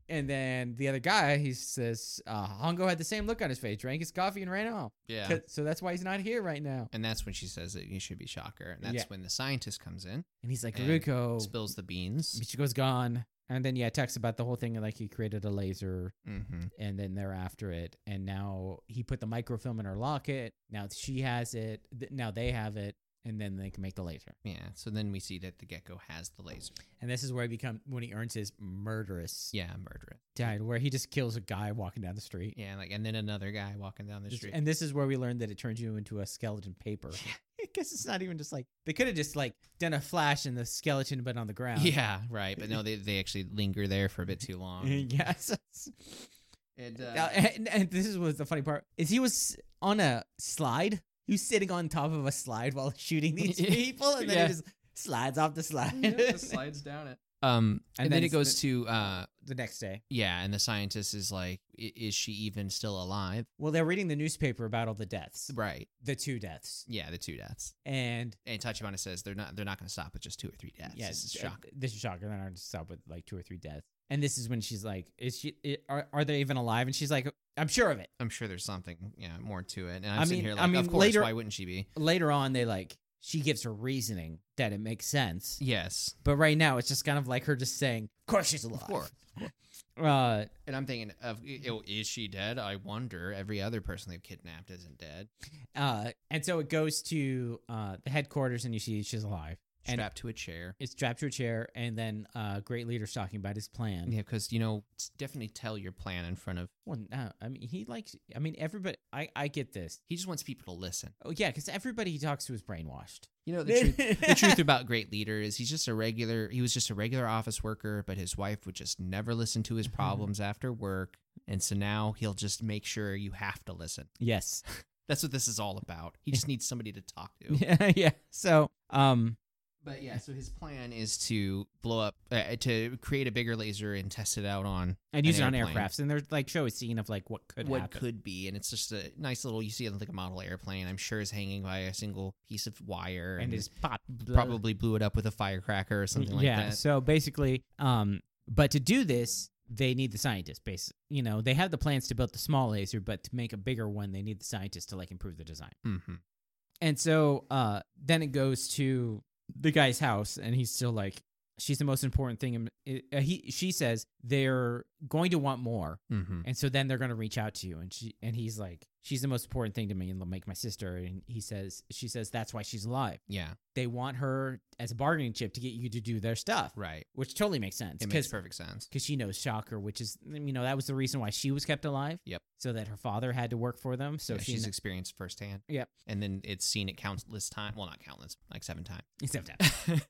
Speaker 2: and then the other guy, he says, uh, "Hongo had the same look on his face, drank his coffee, and ran off.
Speaker 1: Yeah.
Speaker 2: 'Cause- So that's why he's not here right now."
Speaker 1: And that's when she says that you should be shocker, and that's
Speaker 2: Yeah. Oh.
Speaker 1: when the scientist comes in,
Speaker 2: And he's like,
Speaker 1: And
Speaker 2: "Ruko,
Speaker 1: spills the beans.
Speaker 2: Michiko's gone." And then yeah, talks about the whole thing, like he created a laser,
Speaker 1: hmm
Speaker 2: and then they're after it, and now he put the microfilm in her locket. Now she has it. Th- now they have it, and then they can make the laser.
Speaker 1: Yeah. So then we see that the gecko has the laser.
Speaker 2: And this is where he become when he earns his murderous
Speaker 1: Yeah, murder it.
Speaker 2: died where he just kills a guy walking down the street.
Speaker 1: Yeah, like and then another guy walking down the
Speaker 2: Just-
Speaker 1: street.
Speaker 2: And this is where we learned that it turns you into a skeleton paper. Because it's not even just like they could have just like done a flash in the skeleton, but on the ground.
Speaker 1: Yeah, right. But no, they they actually linger there for a bit too long.
Speaker 2: yes.
Speaker 1: And,
Speaker 2: Now,
Speaker 1: uh,
Speaker 2: and, and this is was the funny part is he was on a slide. He was sitting on top of a slide while shooting these
Speaker 1: Yeah.
Speaker 2: people, and then
Speaker 1: Yeah.
Speaker 2: he just slides off the slide.
Speaker 1: slides down it. Um, and,
Speaker 2: And
Speaker 1: then,
Speaker 2: then
Speaker 1: it
Speaker 2: it's
Speaker 1: goes to uh,
Speaker 2: the next day.
Speaker 1: yeah, and the scientist is like, "I- is she even still alive?
Speaker 2: Well, they're reading the newspaper about all the deaths,
Speaker 1: Right.
Speaker 2: the two deaths,
Speaker 1: Yeah, the two deaths.
Speaker 2: and
Speaker 1: And Tachibana says they're not they're not going to stop with just two or three deaths. this is
Speaker 2: th-
Speaker 1: shock.
Speaker 2: uh, This is shocker. Then I just stop with like two or three deaths. And this is when she's like, "Is she? i are, are they even alive?" And she's like, "I'm sure of it."
Speaker 1: I'm sure there's something yeah more to it. And I'm
Speaker 2: I
Speaker 1: sitting
Speaker 2: mean-
Speaker 1: here
Speaker 2: I
Speaker 1: like,
Speaker 2: mean,
Speaker 1: of course,
Speaker 2: later-
Speaker 1: why wouldn't she be?
Speaker 2: Later on, they like she gives her reasoning that it makes sense,
Speaker 1: Yes,
Speaker 2: but right now it's just kind of like her just saying, "Of course she's alive."
Speaker 1: of course.
Speaker 2: Uh,
Speaker 1: And I'm thinking of you
Speaker 2: Mm-hmm.
Speaker 1: know, is she dead? I wonder. Every other person they've kidnapped isn't dead.
Speaker 2: uh, and so it goes to uh, the headquarters, and you see she's alive. And-
Speaker 1: strapped to a chair.
Speaker 2: It's strapped to a chair, and then uh, great leader's talking about his plan.
Speaker 1: Yeah, because you know, s- definitely tell your plan in front of.
Speaker 2: Well, no, I mean he likes. I mean everybody. I I get this.
Speaker 1: He just wants people to listen.
Speaker 2: Oh yeah, because everybody he talks to is brainwashed.
Speaker 1: You know the truth. the truth about great leader is he's just a regular he was just a regular office worker but his wife would just never listen to his
Speaker 2: Mhm.
Speaker 1: problems after work and so now he'll just make sure you have to listen
Speaker 2: yes.
Speaker 1: that's what this is all about he just needs somebody to talk to
Speaker 2: Yeah. Yeah. So um.
Speaker 1: but yeah so his plan is to blow up uh, to create a bigger laser and test it out on
Speaker 2: and use
Speaker 1: an
Speaker 2: it on
Speaker 1: airplane.
Speaker 2: aircrafts. And they're like show a scene of like what could
Speaker 1: what
Speaker 2: happen.
Speaker 1: could be and it's just a nice little you see it like a model airplane i'm sure is hanging by a single piece of wire
Speaker 2: and
Speaker 1: and,
Speaker 2: his
Speaker 1: is
Speaker 2: pop
Speaker 1: probably blew it up with a firecracker or something like
Speaker 2: yeah.
Speaker 1: that
Speaker 2: So basically, um, but to do this, they need the scientists. Basically, you know, they have the plans to build the small laser, but to make a bigger one, they need the scientists to like improve the design.
Speaker 1: mm-hmm.
Speaker 2: And so uh, then it goes to the guy's house, and he's still like, "She's the most important thing." in- i- Uh, he she says they're going to want more,
Speaker 1: Mm-hmm.
Speaker 2: and so then they're going to reach out to you. And she and he's like, "She's the most important thing to me, and they'll make my sister." And he says, "She says that's why she's alive.
Speaker 1: yeah
Speaker 2: They want her as a bargaining chip to get you to do their stuff,
Speaker 1: right
Speaker 2: which totally makes sense
Speaker 1: It makes perfect sense.
Speaker 2: because she knows Shocker, which is you know that was the reason why she was kept alive.
Speaker 1: Yep.
Speaker 2: So that her father had to work for them. So
Speaker 1: So
Speaker 2: she
Speaker 1: she's
Speaker 2: kn-
Speaker 1: experienced firsthand.
Speaker 2: Yep.
Speaker 1: And then it's seen it countless times. Well, not countless, like seven times.
Speaker 2: except that.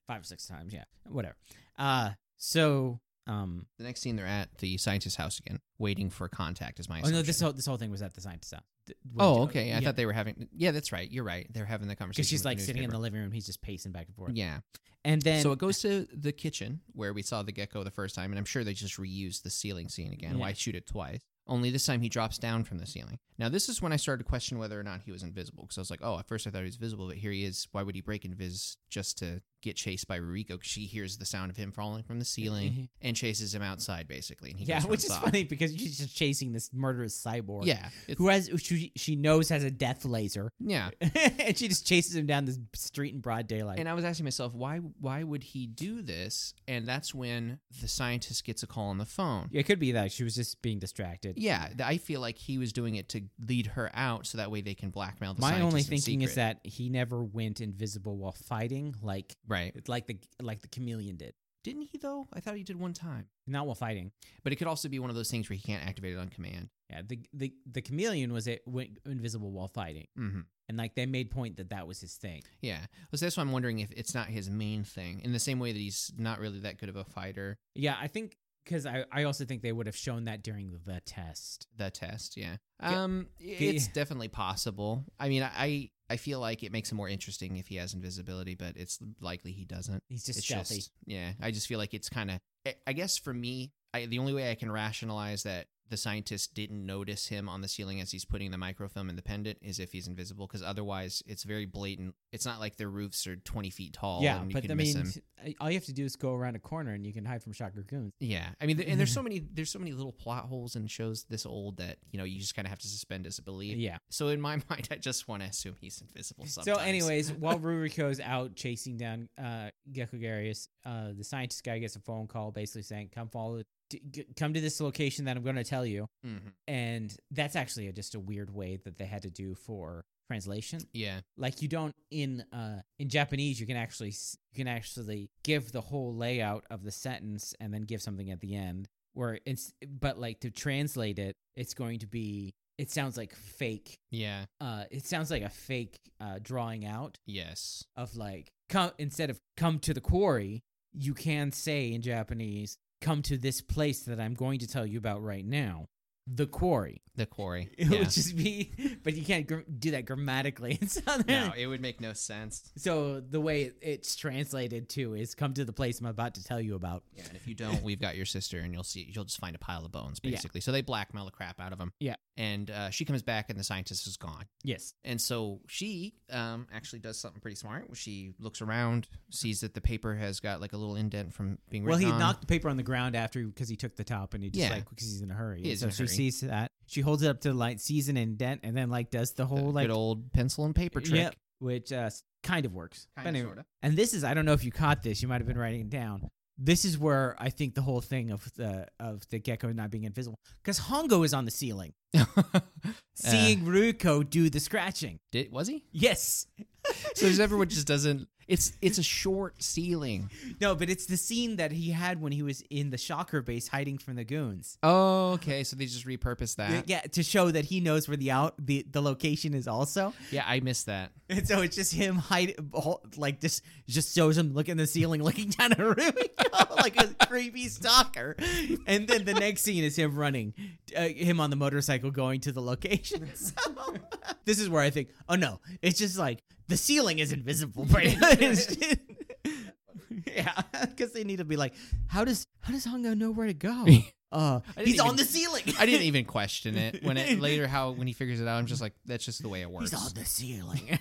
Speaker 2: five or six times. Yeah, whatever. Uh, so um,
Speaker 1: the next scene, they're at the scientist's house again, waiting for contact. Is my
Speaker 2: oh
Speaker 1: assumption.
Speaker 2: no, this whole this whole thing was at the scientist's house. Th- when
Speaker 1: Oh,
Speaker 2: Jo-
Speaker 1: okay. I
Speaker 2: yeah,
Speaker 1: thought they were having. Yeah, that's right. You're right. They're having the conversation
Speaker 2: because she's
Speaker 1: with the
Speaker 2: like sitting in the
Speaker 1: newspaper.
Speaker 2: living room, he's just pacing back and forth.
Speaker 1: Yeah.
Speaker 2: and then
Speaker 1: so it goes to the kitchen where we saw the gecko the first time, and I'm sure they just reused the ceiling scene again.
Speaker 2: Yeah.
Speaker 1: Why shoot it twice? Only this time he drops down from the ceiling. Now this is when I started to question whether or not he was invisible because I was like, oh, at first I thought he was visible, but here he is. Why would he break invis just to get chased by Ruriko? 'Cause she hears the sound of him falling from the ceiling and chases him outside basically, and he
Speaker 2: yeah,
Speaker 1: goes
Speaker 2: which
Speaker 1: runs
Speaker 2: is
Speaker 1: off.
Speaker 2: funny because she's just chasing this murderous cyborg.
Speaker 1: Yeah, it's-
Speaker 2: Who has who she, she knows has a death laser,
Speaker 1: yeah.
Speaker 2: and she just chases him down this street in broad daylight.
Speaker 1: And I was asking myself, why why would he do this? And that's when the scientist gets a call on the phone.
Speaker 2: Yeah, it could be that she was just being distracted.
Speaker 1: Yeah, th- I feel like he was doing it to lead her out, so that way they can blackmail the.
Speaker 2: My
Speaker 1: scientists
Speaker 2: only
Speaker 1: in
Speaker 2: thinking is
Speaker 1: secret.
Speaker 2: that he never went invisible while fighting, like
Speaker 1: right?
Speaker 2: like the like the chameleon did.
Speaker 1: Didn't he though? I thought he did one time,
Speaker 2: Not while fighting.
Speaker 1: but it could also be one of those things where he can't activate it on command.
Speaker 2: Yeah, the the the chameleon was it went invisible while fighting,
Speaker 1: Mm-hmm.
Speaker 2: and like they made point that that was his thing.
Speaker 1: Yeah, so that's why I'm wondering if it's not his main thing. In the same way that he's not really that good of a fighter,
Speaker 2: Yeah, I think because I I also think they would have shown that during the test.
Speaker 1: the test. Yeah,
Speaker 2: Ge-
Speaker 1: um, it's definitely possible. I mean, I I feel like it makes it more interesting if he has invisibility, but it's likely he doesn't.
Speaker 2: He's just
Speaker 1: it's
Speaker 2: stealthy.
Speaker 1: just yeah i just feel like it's kind of I, I guess for me I, the only way i can rationalize that the scientist didn't notice him on the ceiling as he's putting the microfilm in the pendant is if he's invisible because otherwise it's very blatant it's not like their roofs are 20 feet tall
Speaker 2: yeah,
Speaker 1: and you
Speaker 2: but
Speaker 1: can
Speaker 2: I
Speaker 1: miss
Speaker 2: mean,
Speaker 1: him
Speaker 2: t- all you have to do is go around a corner and you can hide from shocker goons.
Speaker 1: yeah i mean th- and there's so many there's so many little plot holes in shows this old that you know you just kind of have to suspend disbelief
Speaker 2: Yeah.
Speaker 1: so in my mind i just want to assume he's invisible sometimes.
Speaker 2: So, anyways, while Ruriko's out chasing down uh, Gekogarius, uh, the scientist guy gets a phone call basically saying, "Come follow, d- g- come to this location that I'm going to tell you."
Speaker 1: Mhm.
Speaker 2: And that's actually a, just a weird way that they had to do for translation.
Speaker 1: yeah
Speaker 2: Like you don't in uh, in Japanese, you can actually s- you can actually give the whole layout of the sentence and then give something at the end. Where it's but like to translate it, it's going to be it sounds like fake
Speaker 1: yeah
Speaker 2: uh, it sounds like a fake uh, drawing out
Speaker 1: yes
Speaker 2: of like come instead of come to the quarry, you can say in Japanese, "Come to this place that I'm going to tell you about right now." The quarry.
Speaker 1: the quarry
Speaker 2: It
Speaker 1: yeah.
Speaker 2: would just be, but you can't gr- do that grammatically in Southern.
Speaker 1: no it would make no sense
Speaker 2: So the way it's translated to is "Come to the place I'm about to tell you about."
Speaker 1: Yeah, and if you don't, we've got your sister, and you'll see you'll just find a pile of bones,
Speaker 2: Yeah.
Speaker 1: basically. So they blackmail the crap out of him.
Speaker 2: Yeah.
Speaker 1: and uh, she comes back, and the scientist is gone.
Speaker 2: Yes.
Speaker 1: And so she um, actually does something pretty smart. She looks around, sees that the paper has got like a little indent from being
Speaker 2: Well,
Speaker 1: written
Speaker 2: he
Speaker 1: on.
Speaker 2: knocked the paper on the ground after because he took the top and he just
Speaker 1: Yeah.
Speaker 2: like because he's in a hurry.
Speaker 1: He is
Speaker 2: so
Speaker 1: in a
Speaker 2: she
Speaker 1: hurry.
Speaker 2: sees that she holds it up to the light, sees an indent, and then like does the
Speaker 1: the
Speaker 2: whole like
Speaker 1: good old pencil and paper trick.
Speaker 2: Yep, which uh, s- kind of works. But
Speaker 1: Kinda,
Speaker 2: anyway-
Speaker 1: sorta.
Speaker 2: And this is I don't know if you caught this. You might have been writing it down. This is where I think the whole thing of the of the gecko not being invisible because Hongo is on the ceiling,
Speaker 1: Uh.
Speaker 2: seeing Ruko do the scratching.
Speaker 1: Did was he?
Speaker 2: Yes.
Speaker 1: So just everyone just doesn't. It's it's a short ceiling.
Speaker 2: No, but it's the scene that he had when he was in the shocker base hiding from the goons.
Speaker 1: Oh, okay. So they just repurposed
Speaker 2: Yeah,
Speaker 1: that. Yeah,
Speaker 2: yeah, to show that he knows where the out the, the location is also.
Speaker 1: I missed that.
Speaker 2: And so it's just him hide hol- like this just shows him looking at the ceiling, looking down at Rumiko like a creepy stalker. And then the next scene is him running, uh, him on the motorcycle going to the location. So this is where I think, oh no, it's just like the ceiling is invisible. pretty much. yeah, because they need to be like, how does how does Hongo know where to go? Uh,
Speaker 1: didn't
Speaker 2: he's on
Speaker 1: even-
Speaker 2: the ceiling.
Speaker 1: I didn't even question it when it later how when he figures it out. I'm just like that's just the way it works.
Speaker 2: He's on the ceiling.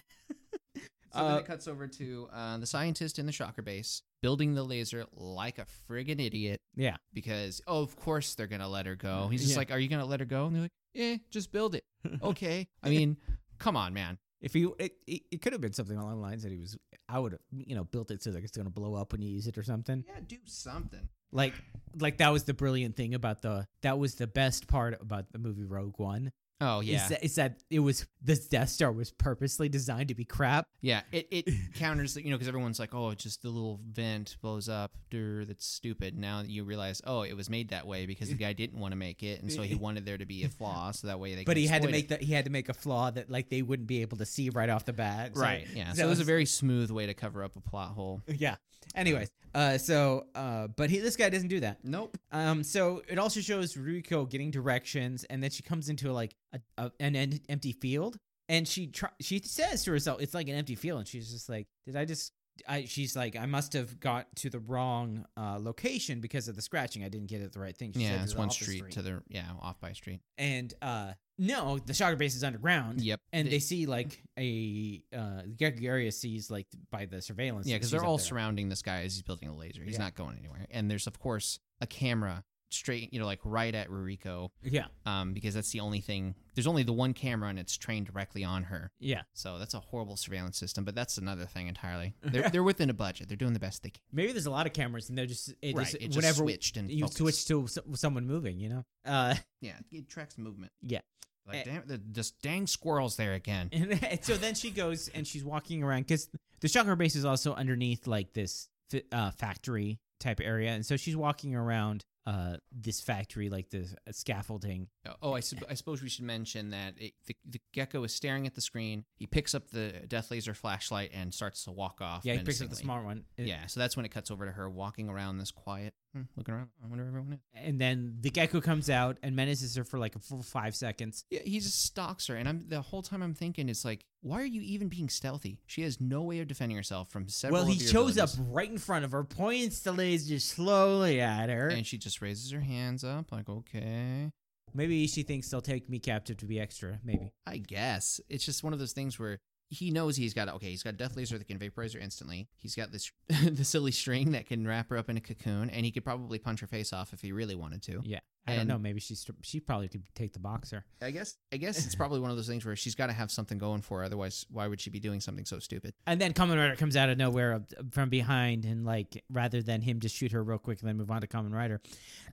Speaker 1: So then
Speaker 2: Uh,
Speaker 1: it cuts over to uh, the scientist in the shocker base building the laser like a friggin' idiot
Speaker 2: yeah.
Speaker 1: because, oh, of course they're going to let her go. He's just
Speaker 2: Yeah.
Speaker 1: like, are you going to let her go? And they're like, eh, just build it. okay. I mean, come on, man.
Speaker 2: If you, it, it, it could have been something along the lines that he was, I would have, you know, built it so that it's going to blow up when you use it or something.
Speaker 1: Yeah, do something.
Speaker 2: Like, like that was the brilliant thing about the, that was the best part about the movie Rogue One.
Speaker 1: Oh, yeah.
Speaker 2: Is that, is that it was, this Death Star was purposely designed to be crap.
Speaker 1: yeah. It, it counters, you know, because everyone's like, oh, it's just the little vent blows up. Durr, that's stupid. Now you realize, oh, it was made that way because the guy didn't want to make it. And so he wanted there to be a flaw so that way they
Speaker 2: But
Speaker 1: could
Speaker 2: he had to
Speaker 1: exploit it.
Speaker 2: make that, he had to make a flaw that like they wouldn't be able to see right off the bat. So-
Speaker 1: Right. Yeah.
Speaker 2: so
Speaker 1: So it was a
Speaker 2: it's-
Speaker 1: very smooth way to cover up a plot hole.
Speaker 2: Yeah. Anyways, uh, so, uh, but he, this guy doesn't do that.
Speaker 1: Nope.
Speaker 2: Um, so it also shows Ruiko getting directions, and then she comes into like a, a, an, en- empty field, and she try- she says to herself, "It's like an empty field," and she's just like, "Did I just?" I she's like, "I must have got to the wrong uh, location because of the scratching. I didn't get it the right thing." She said
Speaker 1: yeah,
Speaker 2: to
Speaker 1: it's
Speaker 2: the
Speaker 1: one
Speaker 2: office
Speaker 1: street, to the yeah off by street.
Speaker 2: and uh, no, the shocker base is underground.
Speaker 1: Yep.
Speaker 2: And they
Speaker 1: It-
Speaker 2: see like a uh, Gregaria sees like by the surveillance.
Speaker 1: yeah,
Speaker 2: that
Speaker 1: because
Speaker 2: she's
Speaker 1: they're
Speaker 2: up
Speaker 1: all
Speaker 2: there.
Speaker 1: surrounding this guy as he's building a laser. He's
Speaker 2: Yeah.
Speaker 1: not going anywhere. And there's of course a camera straight, you know, like right at Ruriko,
Speaker 2: Yeah,
Speaker 1: um, because that's the only thing. There's only the one camera, and it's trained directly on her.
Speaker 2: yeah.
Speaker 1: So that's a horrible surveillance system. But that's another thing entirely. They're they're within a budget. They're doing the best they can.
Speaker 2: Maybe there's a lot of cameras, and they're just it
Speaker 1: right.
Speaker 2: just
Speaker 1: it just
Speaker 2: whenever
Speaker 1: switched and
Speaker 2: you
Speaker 1: focused.
Speaker 2: switch to s- someone moving, you know. Uh,
Speaker 1: Yeah, it tracks movement.
Speaker 2: Yeah. Eh.
Speaker 1: Like damn, the, this dang squirrel's there again.
Speaker 2: and then- so then she goes and she's walking around because the shocker base is also underneath like this fi- uh, factory type area, and so she's walking around uh, this factory like the uh, scaffolding.
Speaker 1: Oh, Oh, I, sub- I suppose we should mention that it, the, the gecko is staring at the screen. He picks up the death laser flashlight and starts to walk off.
Speaker 2: Yeah, he picks up the
Speaker 1: menacingly.
Speaker 2: smart one. uh,
Speaker 1: Yeah, so that's when it cuts over to her walking around this quiet, hmm, looking around. I wonder where everyone is.
Speaker 2: and then the gecko comes out and menaces her for like a full five seconds.
Speaker 1: Yeah, he just stalks her, and I'm the whole time I'm thinking it's like, why are you even being stealthy? She has no way of defending herself from several.
Speaker 2: well, he
Speaker 1: of your
Speaker 2: shows up
Speaker 1: abilities.
Speaker 2: right in front of her, points the laser slowly at her.
Speaker 1: and she just raises her hands up, like, okay.
Speaker 2: maybe she thinks they'll take me captive to be extra. Maybe.
Speaker 1: I guess it's just one of those things where he knows he's got okay. He's got death laser that can vaporize her instantly. He's got this the silly string that can wrap her up in a cocoon, and he could probably punch her face off if he really wanted to.
Speaker 2: Yeah, I don't
Speaker 1: And-
Speaker 2: know. Maybe she's she probably could take the boxer.
Speaker 1: I guess I guess it's probably one of those things where she's got to have something going for her. Otherwise, why would she be doing something so stupid?
Speaker 2: And then Common Rider comes out of nowhere up- from behind, and like rather than him just shoot her real quick and then move on to Common Rider,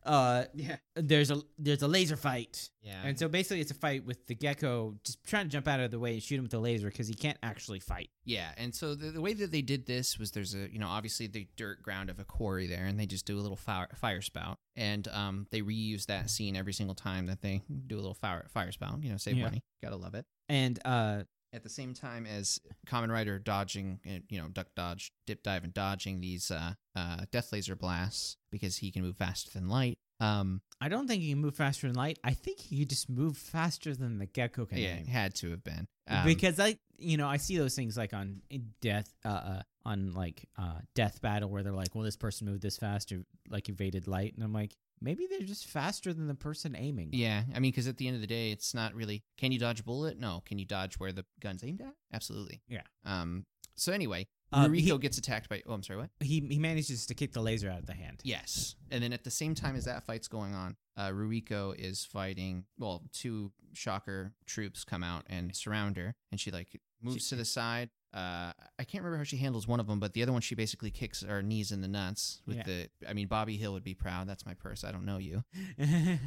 Speaker 2: uh,
Speaker 1: Yeah,
Speaker 2: there's a there's a laser fight,
Speaker 1: yeah.
Speaker 2: and so basically it's a fight with the gecko just trying to jump out of the way and shoot him with the laser because he can't actually fight.
Speaker 1: Yeah, and so the, the way that they did this was there's a you know obviously the dirt ground of a quarry there, and they just do a little fire, fire spout, and um they reuse that scene every single time that they do a little fire fire spout. You know, save
Speaker 2: Yeah.
Speaker 1: money, gotta love it.
Speaker 2: And uh,
Speaker 1: At the same time as Common Rider dodging, and you know, duck dodge, dip dive, and dodging these uh, uh, death laser blasts because he can move faster than light. Um,
Speaker 2: I don't think he can move faster than light. I think he could just move faster than the gecko can.
Speaker 1: yeah, it
Speaker 2: anyway.
Speaker 1: had to have been um,
Speaker 2: because I, you know, I see those things like on death, uh, uh on like uh, death battle where they're like, well, this person moved this fast, or like evaded light, and I'm like, maybe they're just faster than the person aiming.
Speaker 1: Yeah, I mean, because at the end of the day, it's not really can you dodge a bullet? No. Can you dodge where the gun's aimed at? Absolutely.
Speaker 2: Yeah.
Speaker 1: Um. So anyway,
Speaker 2: Um,
Speaker 1: Yuriko
Speaker 2: he-
Speaker 1: gets attacked by. Oh, I'm sorry. What?
Speaker 2: He he manages to kick the laser out of the hand.
Speaker 1: Yes. And then at the same time as that fight's going on, uh, Ruriko is fighting. Well, two Shocker troops come out and surround her, and she like moves to the side. Uh, I can't remember how she handles one of them, but the other one she basically kicks her knees in the nuts with
Speaker 2: Yeah.
Speaker 1: the. I mean, Bobby Hill would be proud. That's my purse. I don't know you.
Speaker 2: Yeah.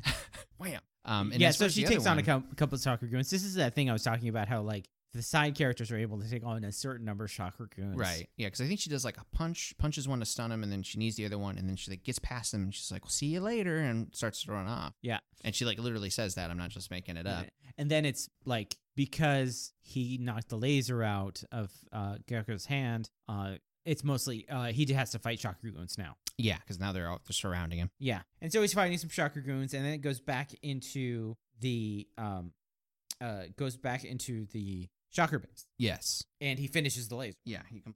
Speaker 1: Wham. Um. And
Speaker 2: yeah.
Speaker 1: as far
Speaker 2: So
Speaker 1: as
Speaker 2: she
Speaker 1: the other
Speaker 2: takes on a
Speaker 1: one-
Speaker 2: cou- couple of soccer goons. This is that thing I was talking about how like the side characters are able to take on a certain number of shock raccoons.
Speaker 1: Right. Yeah, because I think she does like a punch, punches one to stun him, and then she needs the other one, and then she like gets past him, and she's like, well, "See you later," and starts to run off.
Speaker 2: Yeah.
Speaker 1: And she like literally says that. I'm not just making it up.
Speaker 2: Right. And then it's like because he knocked the laser out of uh, Gecko's hand, uh, it's mostly uh, he has to fight shock raccoons now.
Speaker 1: Yeah, because now they're all they're surrounding him.
Speaker 2: Yeah. And so he's fighting some shock raccoons, and then it goes back into the um, uh, goes back into the shocker base,
Speaker 1: Yes.
Speaker 2: and he finishes the laser.
Speaker 1: Yeah. He can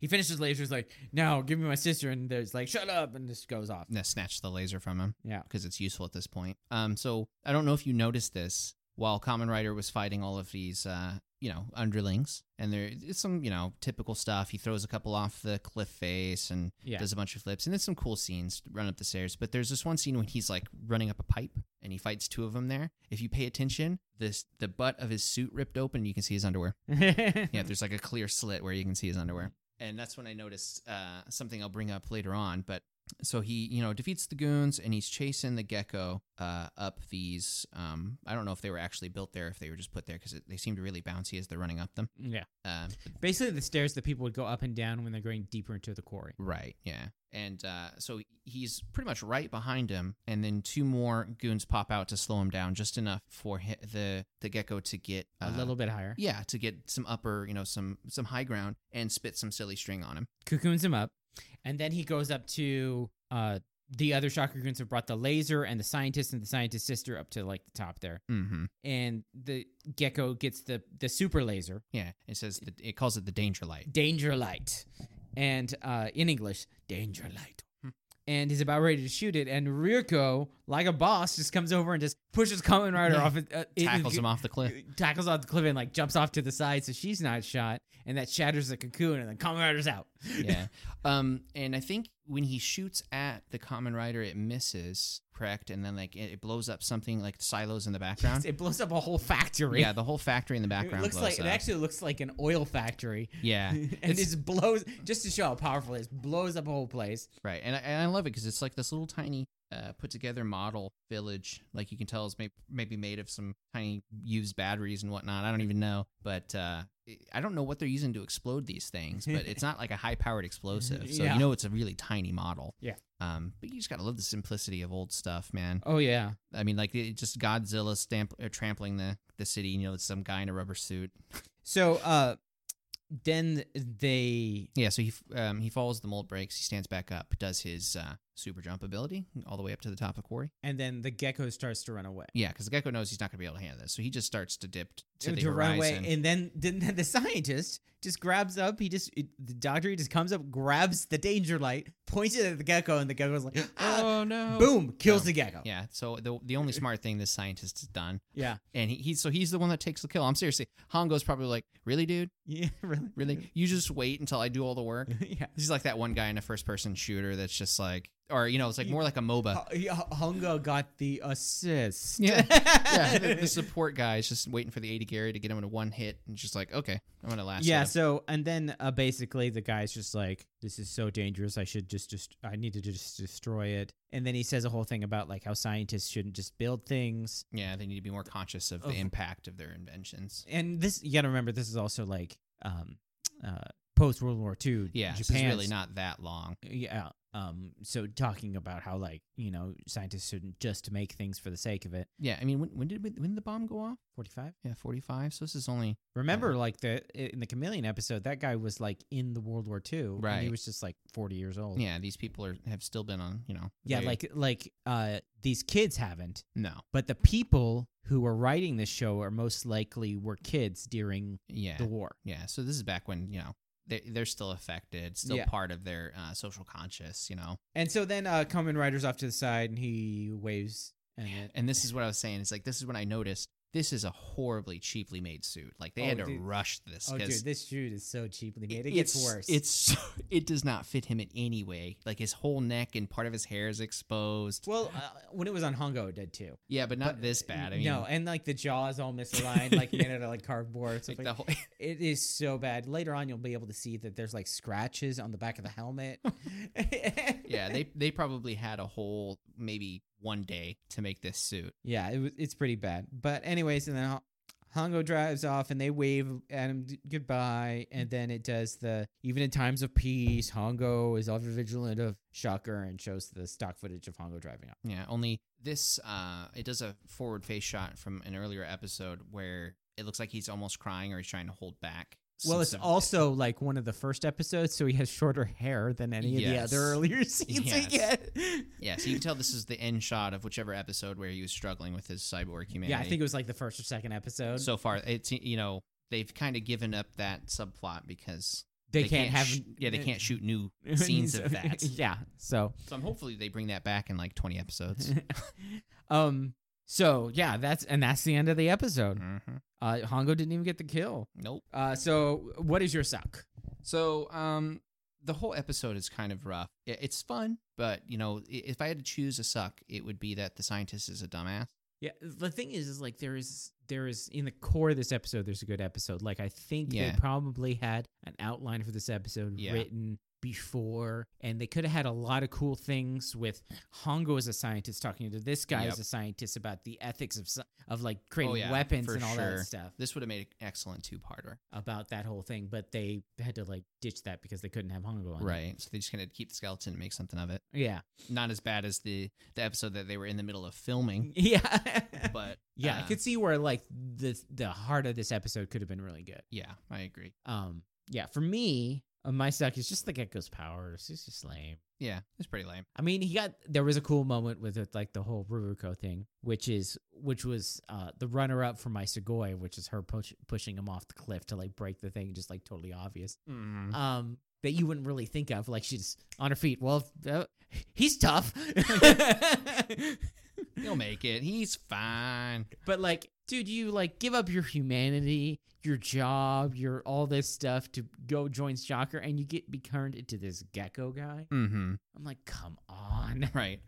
Speaker 2: He finishes the laser. He's like, "No, give me my sister," and there's like, "Shut up!" and this goes off.
Speaker 1: uh, snatch the laser from him.
Speaker 2: Yeah.
Speaker 1: because it's useful at this point. Um, so I don't know if you noticed this while Common Rider was fighting all of these, uh, you know, underlings, and there it's some you know typical stuff. He throws a couple off the cliff face and
Speaker 2: Yeah.
Speaker 1: does a bunch of flips, and there's some cool scenes run up the stairs. But there's this one scene when he's like running up a pipe and he fights two of them there. If you pay attention, this the butt of his suit ripped open, you can see his underwear.
Speaker 2: Hmm.
Speaker 1: Yeah, there's like a clear slit where you can see his underwear. And that's when I noticed uh, something I'll bring up later on. But so he, you know, defeats the goons and he's chasing the gecko uh, up these. Um, I don't know if they were actually built there, if they were just put there because they seemed really bouncy as they're running up them.
Speaker 2: yeah.
Speaker 1: Um,
Speaker 2: Basically, the stairs that people would go up and down when they're going deeper into the quarry.
Speaker 1: Right. Yeah. And uh, so he's pretty much right behind him, and then two more goons pop out to slow him down, just enough for hi- the the gecko to get
Speaker 2: a
Speaker 1: uh,
Speaker 2: little bit higher.
Speaker 1: yeah, to get some upper, you know, some some high ground, and spit some silly string on him.
Speaker 2: cocoons him up, and then he goes up to uh the other shock cocoons have brought the laser and the scientist and the scientist's sister up to like the top there,
Speaker 1: Mm-hmm.
Speaker 2: and the gecko gets the the super laser
Speaker 1: Yeah. It says that it calls it the danger light.
Speaker 2: danger light, and uh in English danger light. And he's about ready to shoot it, and Ryuko, like a boss, just comes over and just pushes Kamen Rider
Speaker 1: Yeah.
Speaker 2: off. his- Uh, it-
Speaker 1: Tackles him off the cliff.
Speaker 2: Tackles off the cliff and like jumps off to the side, so she's not shot, and that shatters the cocoon, and then Kamen Rider's out.
Speaker 1: yeah. Um, and I think when he shoots at the common rider, it misses, correct? And then like it, it blows up something like silos in the background.
Speaker 2: It blows up a whole factory.
Speaker 1: yeah, the whole factory in the
Speaker 2: It
Speaker 1: background
Speaker 2: looks
Speaker 1: blows
Speaker 2: like
Speaker 1: up.
Speaker 2: it actually looks like an oil factory,
Speaker 1: yeah,
Speaker 2: and it just blows just to show how powerful it is. Blows up a whole place.
Speaker 1: right. And I, and I love it because it's like this little tiny, uh, put together model village. Like you can tell is maybe maybe made of some tiny used batteries and whatnot. I don't even know, but uh, it- I don't know what they're using to explode these things. But it's not like a high powered explosive, so
Speaker 2: Yeah.
Speaker 1: you know it's a really tiny model.
Speaker 2: Yeah.
Speaker 1: Um, but you just gotta love the simplicity of old stuff, man.
Speaker 2: Oh yeah,
Speaker 1: I mean, like it just Godzilla stamp uh, trampling the the city. You know, it's some guy in a rubber suit.
Speaker 2: So uh, then they
Speaker 1: Yeah, so he f- um, he follows the mold breaks. He stands back up, does his uh, super jump ability all the way up to the top of the quarry.
Speaker 2: and then the gecko starts to run away.
Speaker 1: Yeah, because the gecko knows he's not going to be able to handle this, so he just starts to dip t- to the
Speaker 2: run
Speaker 1: horizon.
Speaker 2: away, and then, then the scientist just grabs up. He just it- the doctor he just comes up, grabs the danger light, points it at the gecko, and the gecko's like, ah,
Speaker 1: Oh, no!
Speaker 2: boom, kills
Speaker 1: No.
Speaker 2: the gecko.
Speaker 1: Yeah, so the the only smart thing this scientist has done,
Speaker 2: yeah,
Speaker 1: and he, he so he's the one that takes the kill. I'm seriously, Hongo's probably like, really, dude,
Speaker 2: yeah, really,
Speaker 1: really, you just wait until I do all the work.
Speaker 2: yeah.
Speaker 1: He's like that one guy in a first person shooter that's just like, or you know, it's like more like a MOBA.
Speaker 2: H- he- Hongo got the assist.
Speaker 1: Uh. Yeah. yeah, the, the support guy is just waiting for the 80 Gary to get him in a one hit and just like, okay, I'm gonna last.
Speaker 2: yeah
Speaker 1: hit him.
Speaker 2: so and then uh, basically the guy's just like this is so dangerous i should just just i need to just destroy it and then he says a whole thing about like how scientists shouldn't just build things
Speaker 1: yeah, they need to be more conscious of the
Speaker 2: Of-
Speaker 1: impact of their inventions.
Speaker 2: and this you gotta remember this is also like um uh post world war ii
Speaker 1: Yeah, this is
Speaker 2: japan
Speaker 1: really not that long.
Speaker 2: yeah um so talking about how like you know scientists shouldn't just make things for the sake of it
Speaker 1: Yeah, I mean, when, when did we, when did the bomb go off?
Speaker 2: 45
Speaker 1: Yeah, 45. So this is only
Speaker 2: remember
Speaker 1: Uh-huh.
Speaker 2: like the in the chameleon episode that guy was like in the world war ii and he
Speaker 1: Right.
Speaker 2: was just like 40 years old
Speaker 1: yeah. These people are have still been on. You know.
Speaker 2: Yeah,
Speaker 1: they-
Speaker 2: like like uh these kids haven't,
Speaker 1: no.
Speaker 2: but the people who were writing this show are most likely were kids during
Speaker 1: Yeah.
Speaker 2: the war.
Speaker 1: yeah. So this is back when you know. They, they're still affected, still
Speaker 2: Yeah.
Speaker 1: part of their uh, social conscious, you know.
Speaker 2: And so then uh Kamen Rider's off to the side and he waves and it-
Speaker 1: And this is what I was saying. It's like this is when I noticed this is a horribly cheaply made suit. Like they
Speaker 2: Oh,
Speaker 1: had to
Speaker 2: dude.
Speaker 1: rush this.
Speaker 2: Oh
Speaker 1: 'cause-
Speaker 2: dude, this shoot is so cheaply made. It
Speaker 1: it's,
Speaker 2: gets worse.
Speaker 1: It's so- it does not fit him in any way. Like his whole neck and part of his hair is exposed.
Speaker 2: well, uh, when it was on Hongo, it did too.
Speaker 1: yeah, but not
Speaker 2: But,
Speaker 1: this
Speaker 2: uh,
Speaker 1: bad. I mean,
Speaker 2: no, and like the jaw is all misaligned, like made
Speaker 1: Yeah.
Speaker 2: out of like cardboard. So
Speaker 1: like the whole,
Speaker 2: It is so bad. Later on, you'll be able to see that there's like scratches on the back of the helmet.
Speaker 1: yeah, they they probably had a whole maybe one day to make this suit.
Speaker 2: Yeah, it was, it's pretty bad. But anyways, and then Hon- Hongo drives off and they wave at him d- goodbye. And then it does the even in times of peace, Hongo is ever vigilant of Shocker and shows the stock footage of Hongo driving off.
Speaker 1: Yeah, only this uh it does a forward face shot from an earlier episode where it looks like he's almost crying or he's trying to hold back.
Speaker 2: Well,
Speaker 1: some
Speaker 2: it's
Speaker 1: stuff.
Speaker 2: also like one of the first episodes, so he has shorter hair than any of
Speaker 1: Yes.
Speaker 2: the other earlier scenes we
Speaker 1: Yes.
Speaker 2: get.
Speaker 1: Yeah, so you can tell this is the end shot of whichever episode where he was struggling with his cyborg humanity.
Speaker 2: Yeah, I think it was like the first or second episode.
Speaker 1: so far it's you know, they've kind of given up that subplot because
Speaker 2: they, can't, have
Speaker 1: sh- yeah, they can't shoot new scenes of that.
Speaker 2: yeah, so
Speaker 1: So I'm hopefully they bring that back in like 20 episodes.
Speaker 2: um, so yeah, that's and that's the end of the episode.
Speaker 1: mm-hmm.
Speaker 2: Uh, Hongo didn't even get the kill.
Speaker 1: Nope.
Speaker 2: Uh, so what is your suck?
Speaker 1: So, um, the whole episode is kind of rough. I- It's fun, but you know, i- if I had to choose a suck, it would be that the scientist is a dumbass.
Speaker 2: Yeah, the thing is, is like there is there is in the core of this episode, there's a good episode. Like I think
Speaker 1: Yeah.
Speaker 2: they probably had an outline for this episode
Speaker 1: Yeah.
Speaker 2: written before, and they could have had a lot of cool things with Hongo as a scientist talking to this guy
Speaker 1: Yep.
Speaker 2: as a scientist about the ethics of sci- of like creating
Speaker 1: yeah,
Speaker 2: weapons
Speaker 1: for
Speaker 2: and all
Speaker 1: sure.
Speaker 2: that stuff
Speaker 1: This would have made an excellent two-parter,
Speaker 2: about that whole thing. But they had to like ditch that because they couldn't have Hongo on. it.
Speaker 1: right? So they just kind of keep the skeleton and make something of it.
Speaker 2: Yeah.
Speaker 1: Not as bad as the the episode that they were in the middle of filming,
Speaker 2: Yeah.
Speaker 1: but
Speaker 2: yeah, I
Speaker 1: uh,
Speaker 2: could see where like the the heart of this episode could have been really good.
Speaker 1: yeah, I agree.
Speaker 2: Um, yeah, for me, uh, my suck is just the gecko's powers. He's just lame.
Speaker 1: Yeah, it's pretty lame.
Speaker 2: I mean, he got there was a cool moment with it, like the whole Ruruko thing, which is which was uh, the runner up for my Segoy, which is her push, pushing him off the cliff to like break the thing, just like totally obvious.
Speaker 1: Mm.
Speaker 2: Um, that you wouldn't really think of, like she's on her feet. Well, uh, he's tough,
Speaker 1: He'll make it. He's fine.
Speaker 2: but like, dude, you like give up your humanity, your job, your all this stuff to go join Shocker, and you get be turned into this gecko guy.
Speaker 1: Mm-hmm.
Speaker 2: I'm like, come on.
Speaker 1: Right.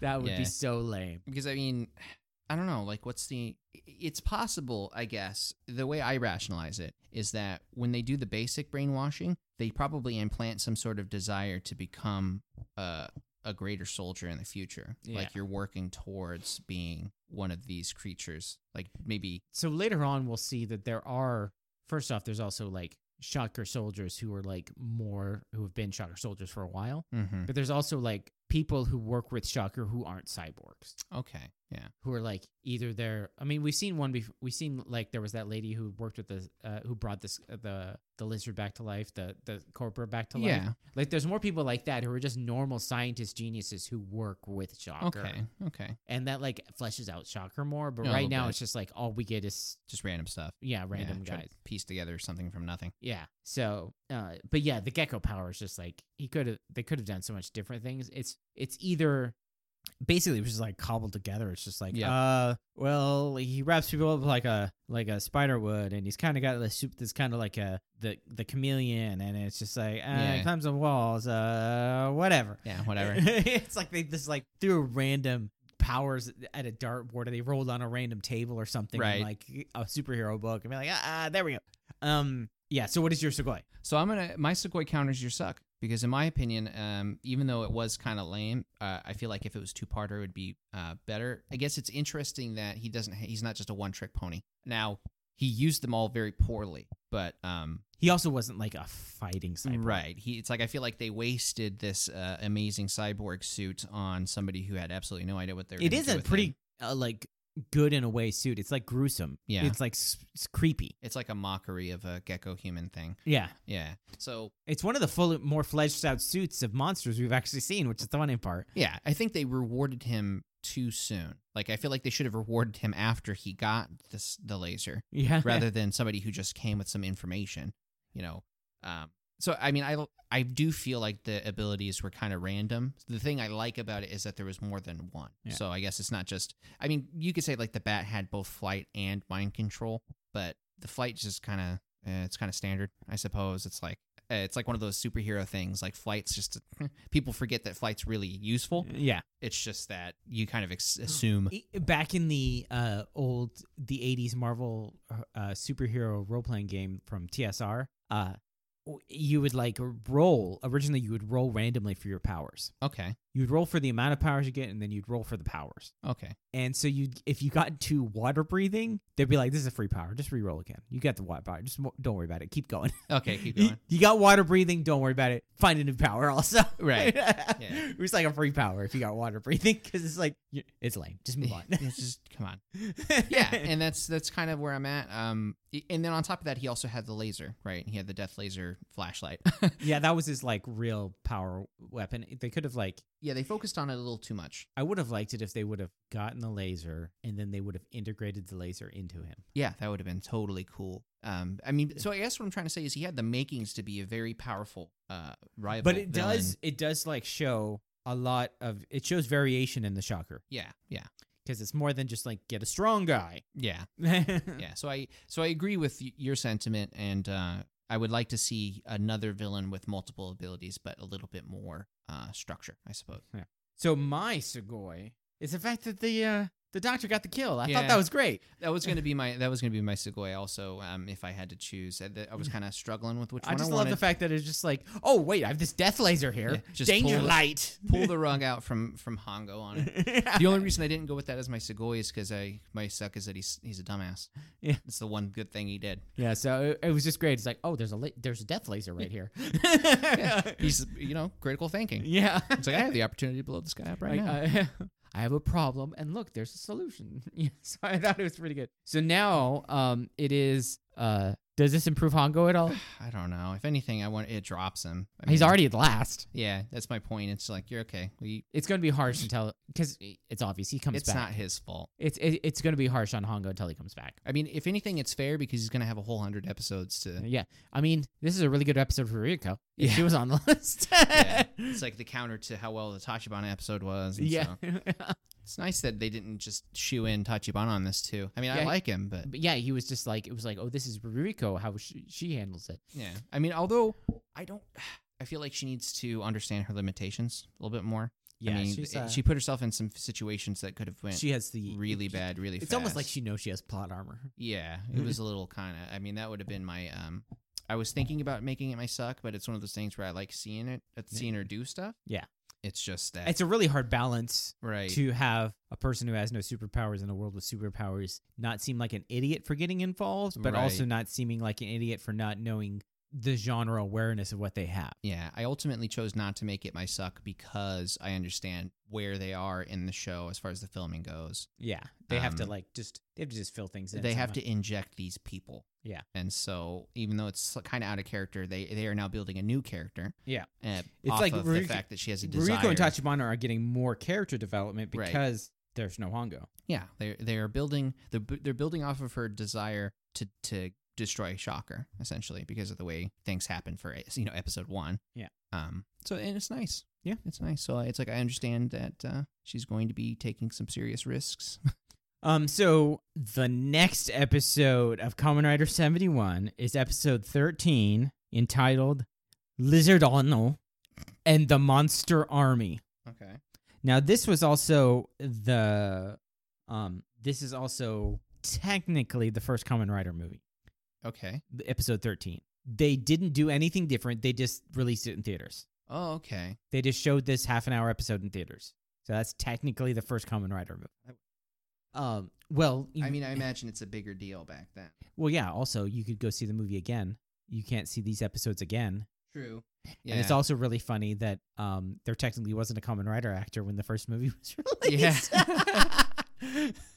Speaker 2: That would
Speaker 1: Yeah.
Speaker 2: be so lame.
Speaker 1: because I mean, I don't know. Like, what's the? It's possible, I guess. The way I rationalize it is that when they do the basic brainwashing, they probably implant some sort of desire to become a a greater soldier in the future.
Speaker 2: Yeah.
Speaker 1: Like you're working towards being one of these creatures. Like maybe,
Speaker 2: So later on, we'll see that there are, first off, there's also like shocker soldiers who are like more, who have been shocker soldiers for a while.
Speaker 1: mm-hmm.
Speaker 2: But there's also like people who work with shocker who aren't cyborgs,
Speaker 1: okay, yeah,
Speaker 2: who are like either they're, I mean, we've seen one, bef- we've seen like there was that lady who worked with the, uh, who brought this, uh, the, the lizard back to life, the, the corpora back to life.
Speaker 1: yeah,
Speaker 2: Like there's more people like that who are just normal scientist geniuses who work with shocker.
Speaker 1: okay, okay.
Speaker 2: and that like fleshes out Shocker more. But
Speaker 1: Yeah, a
Speaker 2: right
Speaker 1: little
Speaker 2: now,
Speaker 1: bit.
Speaker 2: it's just like all we get is
Speaker 1: Just random stuff.
Speaker 2: yeah,
Speaker 1: Yeah,
Speaker 2: random
Speaker 1: try to
Speaker 2: guys.
Speaker 1: piece together something from nothing.
Speaker 2: Yeah. So, uh, but yeah, the Gecko power is just like he could have. They could have done so much different things. It's it's either basically it was just like cobbled together. It's just like
Speaker 1: Yeah.
Speaker 2: uh, well, he wraps people up like a like a spider would, and he's kind of got this soup that's kind of like a the the chameleon, and it's just like uh,
Speaker 1: Yeah.
Speaker 2: it climbs on walls, uh, whatever.
Speaker 1: Yeah, whatever.
Speaker 2: it's like they just like threw random powers at a dartboard or they rolled on a random table or something in,
Speaker 1: Right.
Speaker 2: like a superhero book and be like, ah, ah, there we go. Um yeah, so what is your Sugoi?
Speaker 1: So I'm gonna my Sequoia counters your suck because in my opinion, um, even though it was kind of lame, uh, I feel like if it was two parter, it would be uh, better. I guess it's interesting that he doesn't. Ha- he's not just a one trick pony. Now he used them all very poorly, but um,
Speaker 2: He also wasn't like a fighting cyborg.
Speaker 1: right. He it's like I feel like they wasted this uh, amazing cyborg suit on somebody who had absolutely no idea what they were.
Speaker 2: It
Speaker 1: gonna
Speaker 2: is
Speaker 1: do
Speaker 2: a
Speaker 1: with him.
Speaker 2: pretty uh, like good in a way suit. It's like gruesome.
Speaker 1: Yeah.
Speaker 2: It's like s- it's creepy.
Speaker 1: It's like a mockery of a gecko human thing.
Speaker 2: Yeah.
Speaker 1: Yeah. So
Speaker 2: It's one of the full more fleshed out suits of monsters we've actually seen, which is the funny part.
Speaker 1: Yeah, I think they rewarded him too soon. Like I feel like they should have rewarded him after he got this the laser
Speaker 2: Yeah.
Speaker 1: rather than somebody who just came with some information, you know. Um so I mean I I do feel like the abilities were kind of random. The thing I like about it is that there was more than one.
Speaker 2: Yeah.
Speaker 1: So I guess it's not just I mean you could say like the bat had both flight and mind control, but the flight just kind of uh, it's kind of standard, I suppose. It's like uh, it's like one of those superhero things like flight's just people forget that flight's really useful.
Speaker 2: yeah.
Speaker 1: It's just that you kind of ex- assume.
Speaker 2: I- E, back in the uh, old the 80s marvel uh, superhero role-playing game from tsr uh, w- you would like roll. Originally, you would roll randomly for your powers.
Speaker 1: Okay.
Speaker 2: You would roll for the amount of powers you get, and then you'd roll for the powers.
Speaker 1: Okay.
Speaker 2: And so you, if you got to water breathing, they'd be like, "This is a free power. Just re-roll again. You got the water power. Just mo- don't worry about it. Keep going.
Speaker 1: Okay. Keep
Speaker 2: You-
Speaker 1: going.
Speaker 2: you got water breathing. Don't worry about it. Find a new power also.
Speaker 1: Right.
Speaker 2: It was like a free power if you got water breathing because it's like y- it's lame. Just move on.
Speaker 1: It's just come on. Yeah, and that's that's kind of where I'm at. Um, y- and then on top of that, he also had the laser, right? He had the death laser flashlight.
Speaker 2: yeah, that was his like real power weapon. They could have like
Speaker 1: yeah, they focused on it a little too much.
Speaker 2: I would have liked it if they would have gotten the laser and then they would have integrated the laser into him.
Speaker 1: Yeah, that would have been totally cool. Um, I mean, so I guess what I'm trying to say is he had the makings to be a very powerful uh rival,
Speaker 2: But it
Speaker 1: villain.
Speaker 2: does it does like show a lot of it shows variation in the shocker
Speaker 1: Yeah, yeah,
Speaker 2: because it's more than just like get a strong guy.
Speaker 1: yeah,
Speaker 2: yeah.
Speaker 1: yeah. So I so I agree with y- your sentiment, and uh, I would like to see another villain with multiple abilities, but a little bit more uh structure, I suppose.
Speaker 2: So my Segoy is the fact that the uh the doctor got the kill. I
Speaker 1: Yeah.
Speaker 2: thought that was great.
Speaker 1: That was gonna be my that was gonna be my segue also. Um, if I had to choose, I, th- I was kind of struggling with which
Speaker 2: Mm-hmm. I
Speaker 1: one
Speaker 2: just
Speaker 1: I
Speaker 2: love
Speaker 1: wanted.
Speaker 2: the fact that it's just like, oh wait, I have this death laser here.
Speaker 1: Yeah, just
Speaker 2: Danger
Speaker 1: pull it-
Speaker 2: light.
Speaker 1: Pull the rug out from from Hongo on it. The only reason I didn't go with that as my segue is because I my suck is that he's he's a dumbass.
Speaker 2: Yeah.
Speaker 1: it's the one good thing he did.
Speaker 2: yeah, so it, it was just great. It's like, oh, there's a la- there's a death laser right here.
Speaker 1: He's you know critical thinking.
Speaker 2: yeah.
Speaker 1: It's like I have the opportunity to blow this guy up right
Speaker 2: Like,
Speaker 1: now.
Speaker 2: I, I have a problem, and look, there's a solution. Yeah, so I thought it was pretty good. So now, um, it is. Uh, does this improve Hongo at all?
Speaker 1: I don't know. If anything, I want it drops him. I
Speaker 2: He's
Speaker 1: mean,
Speaker 2: already at last.
Speaker 1: Yeah, that's my point. It's like you're okay. We,
Speaker 2: It's going to be harsh until because it's obvious he comes
Speaker 1: it's
Speaker 2: back.
Speaker 1: not his fault.
Speaker 2: It's it, it's going to be harsh on Hongo until he comes back.
Speaker 1: I mean, if anything, it's fair because he's gonna have a whole hundred episodes to.
Speaker 2: Yeah, I mean, this is a really good episode for Ryuko. Yeah.
Speaker 1: Yeah.
Speaker 2: She was on the list.
Speaker 1: Yeah. It's like the counter to how well the Tachibana episode was. and
Speaker 2: yeah.
Speaker 1: so- It's nice that they didn't just shoe in Tachibana on this too. I mean,
Speaker 2: Yeah.
Speaker 1: I like him, but
Speaker 2: But yeah, he was just like it was like, oh, this is Ruriko, how she, she handles it.
Speaker 1: yeah. I mean, although I don't, I feel like she needs to understand her limitations a little bit more. I mean, it-
Speaker 2: uh,
Speaker 1: she put herself in some situations that could have went
Speaker 2: has the e-,
Speaker 1: really bad, really
Speaker 2: It's
Speaker 1: fast.
Speaker 2: almost like she knows she has plot armor.
Speaker 1: Yeah, it was a little kind of. I mean, that would have been my. um I was thinking about making it my suck, but it's one of those things where I like seeing it, uh, seeing her do stuff.
Speaker 2: Yeah.
Speaker 1: it's just that.
Speaker 2: It's a really hard balance
Speaker 1: right.
Speaker 2: to have a person who has no superpowers in a world with superpowers not seem like an idiot for getting involved, but also
Speaker 1: Right.
Speaker 2: not seeming like an idiot for not knowing the genre awareness of what they have.
Speaker 1: Yeah, I ultimately chose not to make it my suck because I understand where they are in the show as far as the filming goes.
Speaker 2: Yeah, they have to
Speaker 1: Um,
Speaker 2: like just they have to just fill things in.
Speaker 1: they have
Speaker 2: somehow.
Speaker 1: to inject these people.
Speaker 2: Yeah.
Speaker 1: And so even though it's kind of out of character, they they are now building a new character.
Speaker 2: Yeah.
Speaker 1: Uh,
Speaker 2: It's
Speaker 1: off
Speaker 2: like
Speaker 1: of
Speaker 2: Rurik-
Speaker 1: the fact that she has a desire.
Speaker 2: Ruiko and Tachibana are getting more character development
Speaker 1: Right.
Speaker 2: because there's no Hongo.
Speaker 1: yeah, they they are building they're, bu- they're building off of her desire to to destroy Shocker essentially because of the way things happen for you know episode 1.
Speaker 2: Yeah.
Speaker 1: Um so and it's nice.
Speaker 2: Yeah.
Speaker 1: It's nice. So it's like I understand that uh, she's going to be taking some serious risks.
Speaker 2: Um, so the next episode of Common Rider 71 is episode 13 entitled Lizard Ono and the Monster Army.
Speaker 1: Okay.
Speaker 2: Now this was also the um this is also technically the first Common Rider movie,
Speaker 1: Okay.
Speaker 2: the episode 13. They didn't do anything different. They just released it in theaters.
Speaker 1: Oh, okay.
Speaker 2: They just showed this half an hour episode in theaters. So that's technically the first Common Rider movie. Um, well,
Speaker 1: I mean, I imagine it's a bigger deal back then.
Speaker 2: Well, yeah. Also, you could go see the movie again. You can't see these episodes again.
Speaker 1: True. Yeah.
Speaker 2: And it's also really funny that um, there technically wasn't a Common Rider actor when the first movie was
Speaker 1: Yeah.
Speaker 2: released.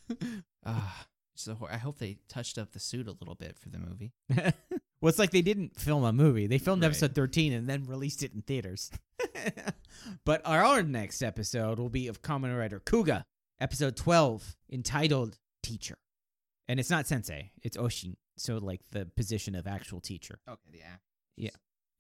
Speaker 1: Ah, so hor- I hope they touched up the suit a little bit for the movie.
Speaker 2: well, it's like they didn't film a movie. They filmed
Speaker 1: Right.
Speaker 2: episode 13 and then released it in theaters. but our, our next episode will be of Common Rider Kuga, episode 12, entitled Teacher. And it's not sensei, it's Oshin. So, like, the position of actual teacher.
Speaker 1: Okay.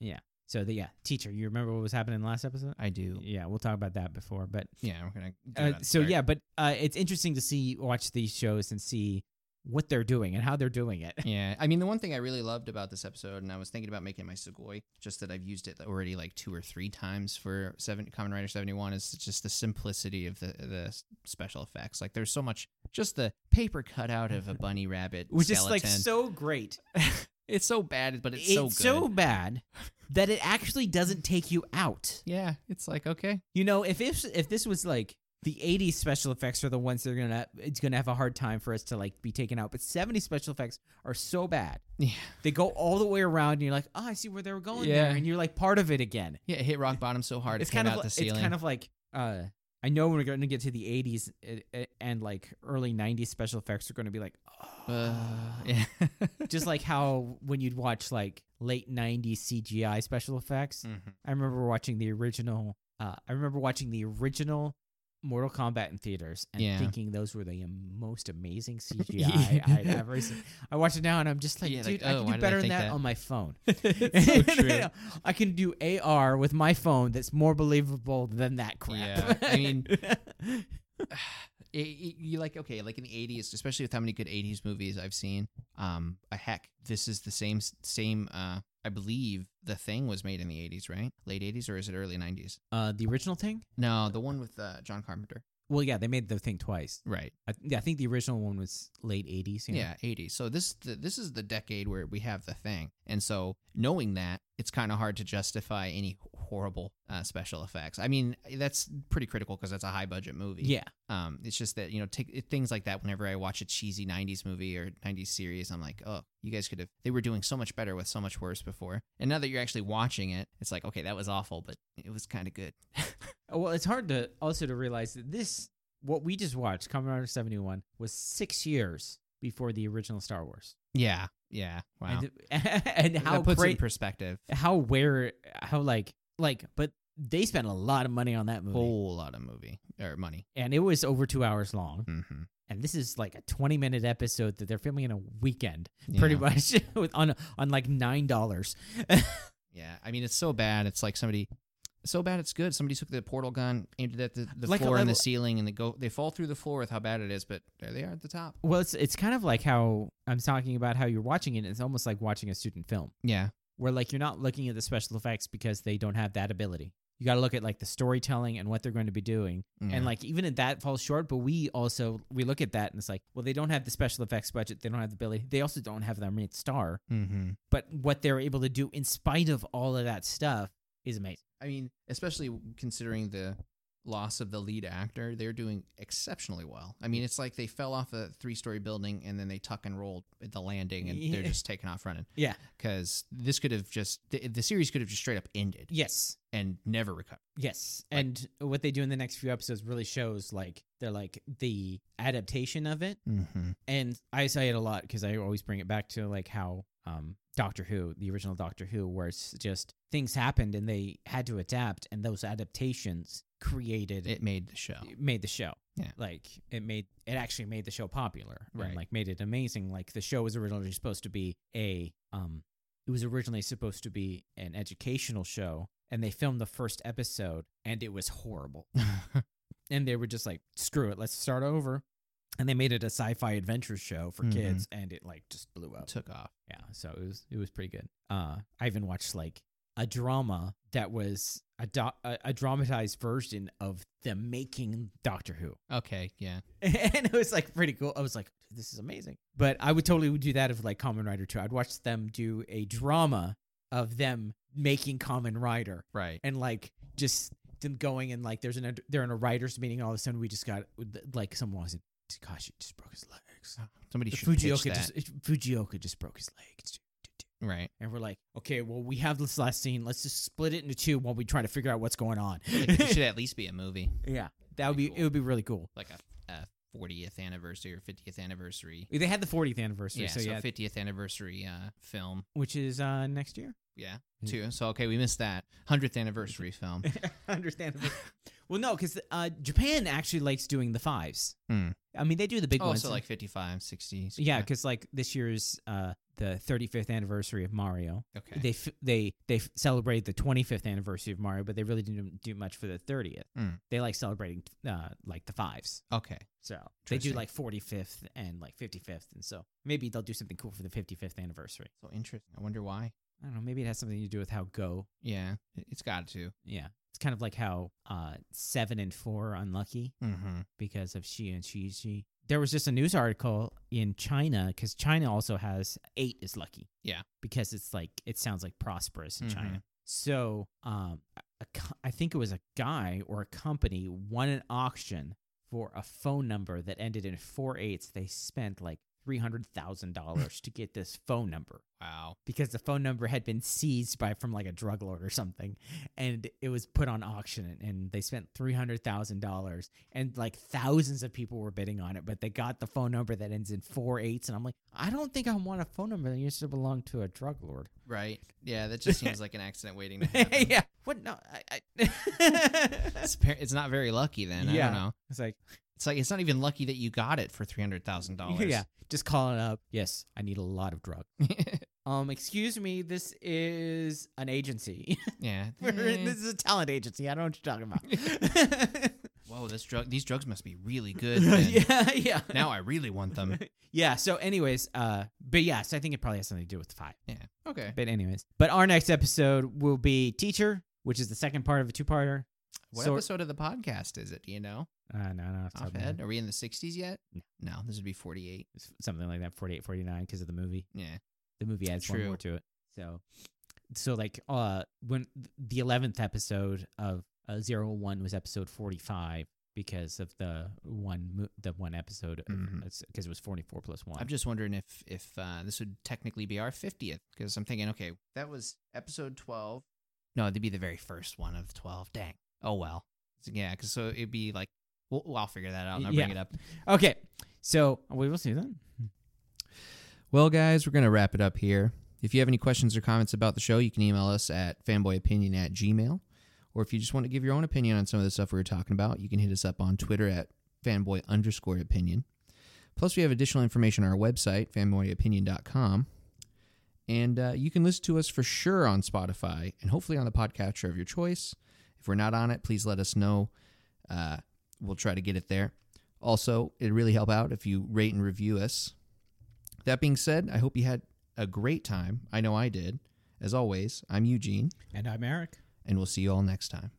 Speaker 1: Yeah.
Speaker 2: So, the, yeah, teacher. You remember what was happening in the last episode?
Speaker 1: I do.
Speaker 2: Yeah, we'll talk about that before. But
Speaker 1: Yeah, we're gonna. do
Speaker 2: uh,
Speaker 1: it at the
Speaker 2: so
Speaker 1: start.
Speaker 2: yeah, but uh, it's interesting to see watch these shows and see what they're doing and how they're doing it.
Speaker 1: Yeah, I mean the one thing I really loved about this episode, and I was thinking about making my Sugoi, just that I've used it already like two or three times for seven Common Rider seventy one, is just the simplicity of the the s- special effects. Like there's so much, just the paper cutout of a bunny rabbit,
Speaker 2: Which is like
Speaker 1: skeleton.
Speaker 2: so great.
Speaker 1: it's so bad, but it's, so good.
Speaker 2: bad that it actually doesn't take you out.
Speaker 4: Yeah, it's like okay,
Speaker 2: You know, if if if this was like the 80s special effects are the ones that are gonna it's gonna have a hard time for us to like be taken out, but 70s special effects are so bad
Speaker 4: yeah,
Speaker 2: they go all the way around, and you're like, oh, I see where they were going
Speaker 4: Yeah.
Speaker 2: there, and you're like part of it again.
Speaker 4: yeah. It hit rock bottom so hard
Speaker 2: it's
Speaker 4: it came
Speaker 2: kind of
Speaker 4: out
Speaker 2: li-
Speaker 4: the ceiling.
Speaker 2: it's kind of like uh, I know we're going to get to the 80s a- a- and like early 90s special effects are going to be like, oh.
Speaker 4: uh, yeah.
Speaker 2: just like how when you'd watch like late 90s CGI special effects.
Speaker 1: Mhm.
Speaker 2: I remember watching the original. Uh, I remember watching the original Mortal Kombat in theaters and
Speaker 4: Yeah.
Speaker 2: thinking those were the am- most amazing CGI I'd ever seen. I watch it now and I'm just like,
Speaker 4: Yeah, like,
Speaker 2: dude,
Speaker 4: oh,
Speaker 2: I
Speaker 4: why
Speaker 2: can
Speaker 4: did
Speaker 2: do
Speaker 4: I
Speaker 2: better than
Speaker 4: think
Speaker 2: that,
Speaker 4: that?"
Speaker 2: on my phone.
Speaker 4: It's so true.
Speaker 2: I can do AR with my phone that's more believable than that crap.
Speaker 4: Yeah, I mean-
Speaker 1: it, it- you like okay, like in the '80s, especially with how many good '80s movies I've seen. Um, a heck, this is the same same. Uh, I believe the thing was made in the '80s, right? Late '80s or is it early '90s?
Speaker 2: uh, the original thing.
Speaker 1: No, the one with uh, John Carpenter.
Speaker 2: Well, yeah, they made the thing twice.
Speaker 1: Right.
Speaker 2: I, yeah, I think the original one was late '80s. you know?
Speaker 1: Yeah, 80. So this th- this is the decade where we have the thing. And so knowing that, it's kind of hard to justify any horrible uh, special effects. I mean, that's pretty critical because that's a high budget movie.
Speaker 2: yeah.
Speaker 1: Um it's just that, you know, take it- things like that whenever I watch a cheesy 90s movie or 90s series, I'm like, "Oh, you guys could have they were doing so much better with so much worse before." And now that you're actually watching it, it's like, "Okay, that was awful, but it was kind of good."
Speaker 2: Oh, Well, it's hard to also to realize that this what we just watched, Kamen Rider seventy one, was six years before the original Star Wars.
Speaker 1: Yeah. Yeah. Wow.
Speaker 2: And, and how
Speaker 1: that puts it in
Speaker 2: great,
Speaker 1: perspective.
Speaker 2: how where, how like like, but they spent a lot of money on that movie,
Speaker 1: Whole lot of movie or money.
Speaker 2: and it was over two hours long.
Speaker 1: Mhm.
Speaker 2: And this is like a twenty minute episode that they're filming in a weekend, pretty
Speaker 1: Yeah.
Speaker 2: much, with, on on like nine dollars.
Speaker 1: Yeah, I mean it's so bad. It's like somebody, so bad it's good. Somebody took the portal gun, aimed it at the, the
Speaker 2: Like a
Speaker 1: floor and the
Speaker 2: level-
Speaker 1: ceiling, and they go they fall through the floor with how bad it is. But there they are at the top.
Speaker 2: Well, it's it's kind of like how I'm talking about how you're watching it. and It's almost like watching a student film.
Speaker 1: Yeah,
Speaker 2: where like you're not looking at the special effects because they don't have that ability. You got to look at like the storytelling and what they're going to be doing. And like even if that falls short, but we also we look at that and it's like, well, they don't have the special effects budget, they don't have the ability. They also don't have the Red Star,
Speaker 1: mm-hmm.
Speaker 2: but what they're able to do in spite of all of that stuff is amazing.
Speaker 1: I mean, especially considering the loss of the lead actor, they're doing exceptionally well. I mean, it's like they fell off a three story building and then they tuck and rolled at the landing, and they're
Speaker 2: Yeah.
Speaker 1: just taking off running.
Speaker 2: Yeah.
Speaker 1: because this could have just the, the series could have just straight up ended
Speaker 2: Yes.
Speaker 1: and never recovered.
Speaker 2: Yes.
Speaker 1: Like-
Speaker 2: and what they do in the next few episodes really shows like they're like the adaptation of it
Speaker 1: Mm-hmm.
Speaker 2: and I say it a lot because I always bring it back to like how um, Doctor Who, the original Doctor Who, where it's just things happened and they had to adapt, and those adaptations created
Speaker 1: It made the show.
Speaker 2: it made the show.
Speaker 1: Yeah.
Speaker 2: like it made it actually made the show popular,
Speaker 1: Right.
Speaker 2: And like made it amazing. Like the show was originally supposed to be a um, it was originally supposed to be an educational show, and they filmed the first episode, and it was horrible and they were just like, screw it, let's start over. And they made it a sci-fi adventure show for
Speaker 1: Mhm.
Speaker 2: kids, and it like just blew up.
Speaker 1: Took off.
Speaker 2: Yeah, so it was it was pretty good. Uh, I even watched like a drama that was a do- a, a dramatized version of the making Doctor Who,
Speaker 1: Okay, yeah.
Speaker 2: and it was like pretty cool. I was like, this is amazing. But I would totally do that if like Common Rider too. I'd watch them do a drama of them making Common Rider,
Speaker 1: Right.
Speaker 2: and like just them going and like there's an they're in a writers meeting. All of a sudden, we just got like someone was in Takashi just broke his legs.
Speaker 1: Somebody should pitch
Speaker 2: Fujioka
Speaker 1: that.
Speaker 2: just Fujioka just broke his legs.
Speaker 1: right.
Speaker 2: And we're like, okay, well, we have this last scene. Let's just split it into two while we try to figure out what's going on.
Speaker 1: Like, it should at least be a movie,
Speaker 2: yeah, that would
Speaker 1: Pretty
Speaker 2: be
Speaker 1: cool.
Speaker 2: it. Would be really cool.
Speaker 1: like a, a 40th anniversary or 50th anniversary.
Speaker 2: They had the 40th anniversary,
Speaker 1: Yeah,
Speaker 2: so,
Speaker 1: so,
Speaker 2: yeah,
Speaker 1: 50th anniversary uh, film.
Speaker 2: which is uh, next year.
Speaker 1: Yeah,
Speaker 2: Yeah.
Speaker 1: too. So okay, we missed that 100th anniversary film.
Speaker 2: Understandable. well, no, because uh, Japan actually likes doing the fives.
Speaker 1: Hmm.
Speaker 2: I mean, they do the big
Speaker 1: Oh,
Speaker 2: ones.
Speaker 1: so like 55, 60.
Speaker 2: Yeah, because like this year's uh, the 35th anniversary of Mario.
Speaker 1: Okay.
Speaker 2: They f- they they f- celebrated the 25th anniversary of Mario, but they really didn't do much for the 30th.
Speaker 1: Mm.
Speaker 2: They like celebrating uh, like the fives.
Speaker 1: okay.
Speaker 2: So they do
Speaker 1: Interesting.
Speaker 2: like 45th and like 55th, and so maybe they'll do something cool for the 55th anniversary.
Speaker 1: So interesting. I wonder why.
Speaker 2: I don't know. Maybe it has something to do with how Go.
Speaker 1: Yeah, it- it's got to.
Speaker 2: Yeah, it's kind of like how uh, seven and four are unlucky.
Speaker 1: Mm-hmm.
Speaker 2: because of she and she she. There was just a news article in China because China also has eight is lucky.
Speaker 1: Yeah.
Speaker 2: because it's like it sounds like prosperous in China. So
Speaker 5: um,
Speaker 2: a co- I think it was a guy or a company won an auction for a phone number that ended in four eights. They spent like three hundred thousand dollars to get this phone number
Speaker 5: wow.
Speaker 2: because the phone number had been seized by from like a drug lord or something, and it was put on auction. And they spent three hundred thousand dollars, and like thousands of people were bidding on it, but they got the phone number that ends in four eights. And I'm like, I don't think I want a phone number that used to belong to a drug lord.
Speaker 1: Right. Yeah, that just seems like an accident waiting to happen.
Speaker 2: yeah. What? No. I, I
Speaker 1: It's, appar- it's not very lucky then. I
Speaker 2: Yeah.
Speaker 1: don't know.
Speaker 2: it's like,
Speaker 1: It's like it's not even lucky that you got it for three hundred thousand dollars.
Speaker 2: yeah. Just call it up. Yes, I need a lot of drug. Um, excuse me. This is an agency.
Speaker 1: yeah.
Speaker 2: We're
Speaker 1: Mm.
Speaker 2: in- this is a talent agency. I don't know what you're talking about.
Speaker 1: Whoa, this drug these drugs must be really good. then.
Speaker 2: yeah, yeah.
Speaker 1: Now I really want them.
Speaker 2: yeah. So, anyways, uh, but yes, I think it probably has something to do with the five.
Speaker 1: Yeah. Okay.
Speaker 2: But anyways, but our next episode will be teacher, which is the second part of a two-parter.
Speaker 1: What
Speaker 2: So-
Speaker 1: episode of the podcast is it? Do you know?
Speaker 2: Uh, no, no, off the top of my
Speaker 1: Offhand?
Speaker 2: head.
Speaker 1: Are we in the sixties yet?
Speaker 2: No.
Speaker 1: No, this would be forty eight.
Speaker 2: It's something like that, 48, 49, because of the movie.
Speaker 1: Yeah.
Speaker 2: the movie adds one
Speaker 1: True.
Speaker 2: more to it. So, so like uh, when the eleventh episode of uh, Zero One was episode forty five because of the one mo- the one episode
Speaker 1: Mhm.
Speaker 2: because it was forty four plus one.
Speaker 1: I'm just wondering if if uh, this would technically be our fiftieth because I'm thinking, okay, that was episode twelve. No, it'd be the very first one of twelve. Dang. Oh well. So, yeah, because so it'd be like, well, well, I'll figure that out and I'll bring
Speaker 2: Yeah.
Speaker 1: it up.
Speaker 2: okay, so we will see then.
Speaker 1: Well, guys, we're gonna wrap it up here. If you have any questions or comments about the show, you can email us at fanboyopinion at gmail. Or if you just want to give your own opinion on some of the stuff we were talking about, you can hit us up on Twitter at fanboy underscore opinion. Plus, we have additional information on our website, fanboyopinion.com. And uh, you can listen to us for sure on Spotify and hopefully on the podcatcher of your choice. If we're not on it, please let us know. Uh, we'll try to get it there. Also, it'd really help out if you rate and review us. That being said, I hope you had a great time. I know I did. As always, I'm Eugene,
Speaker 2: And I'm Eric.
Speaker 1: and we'll see you all next time.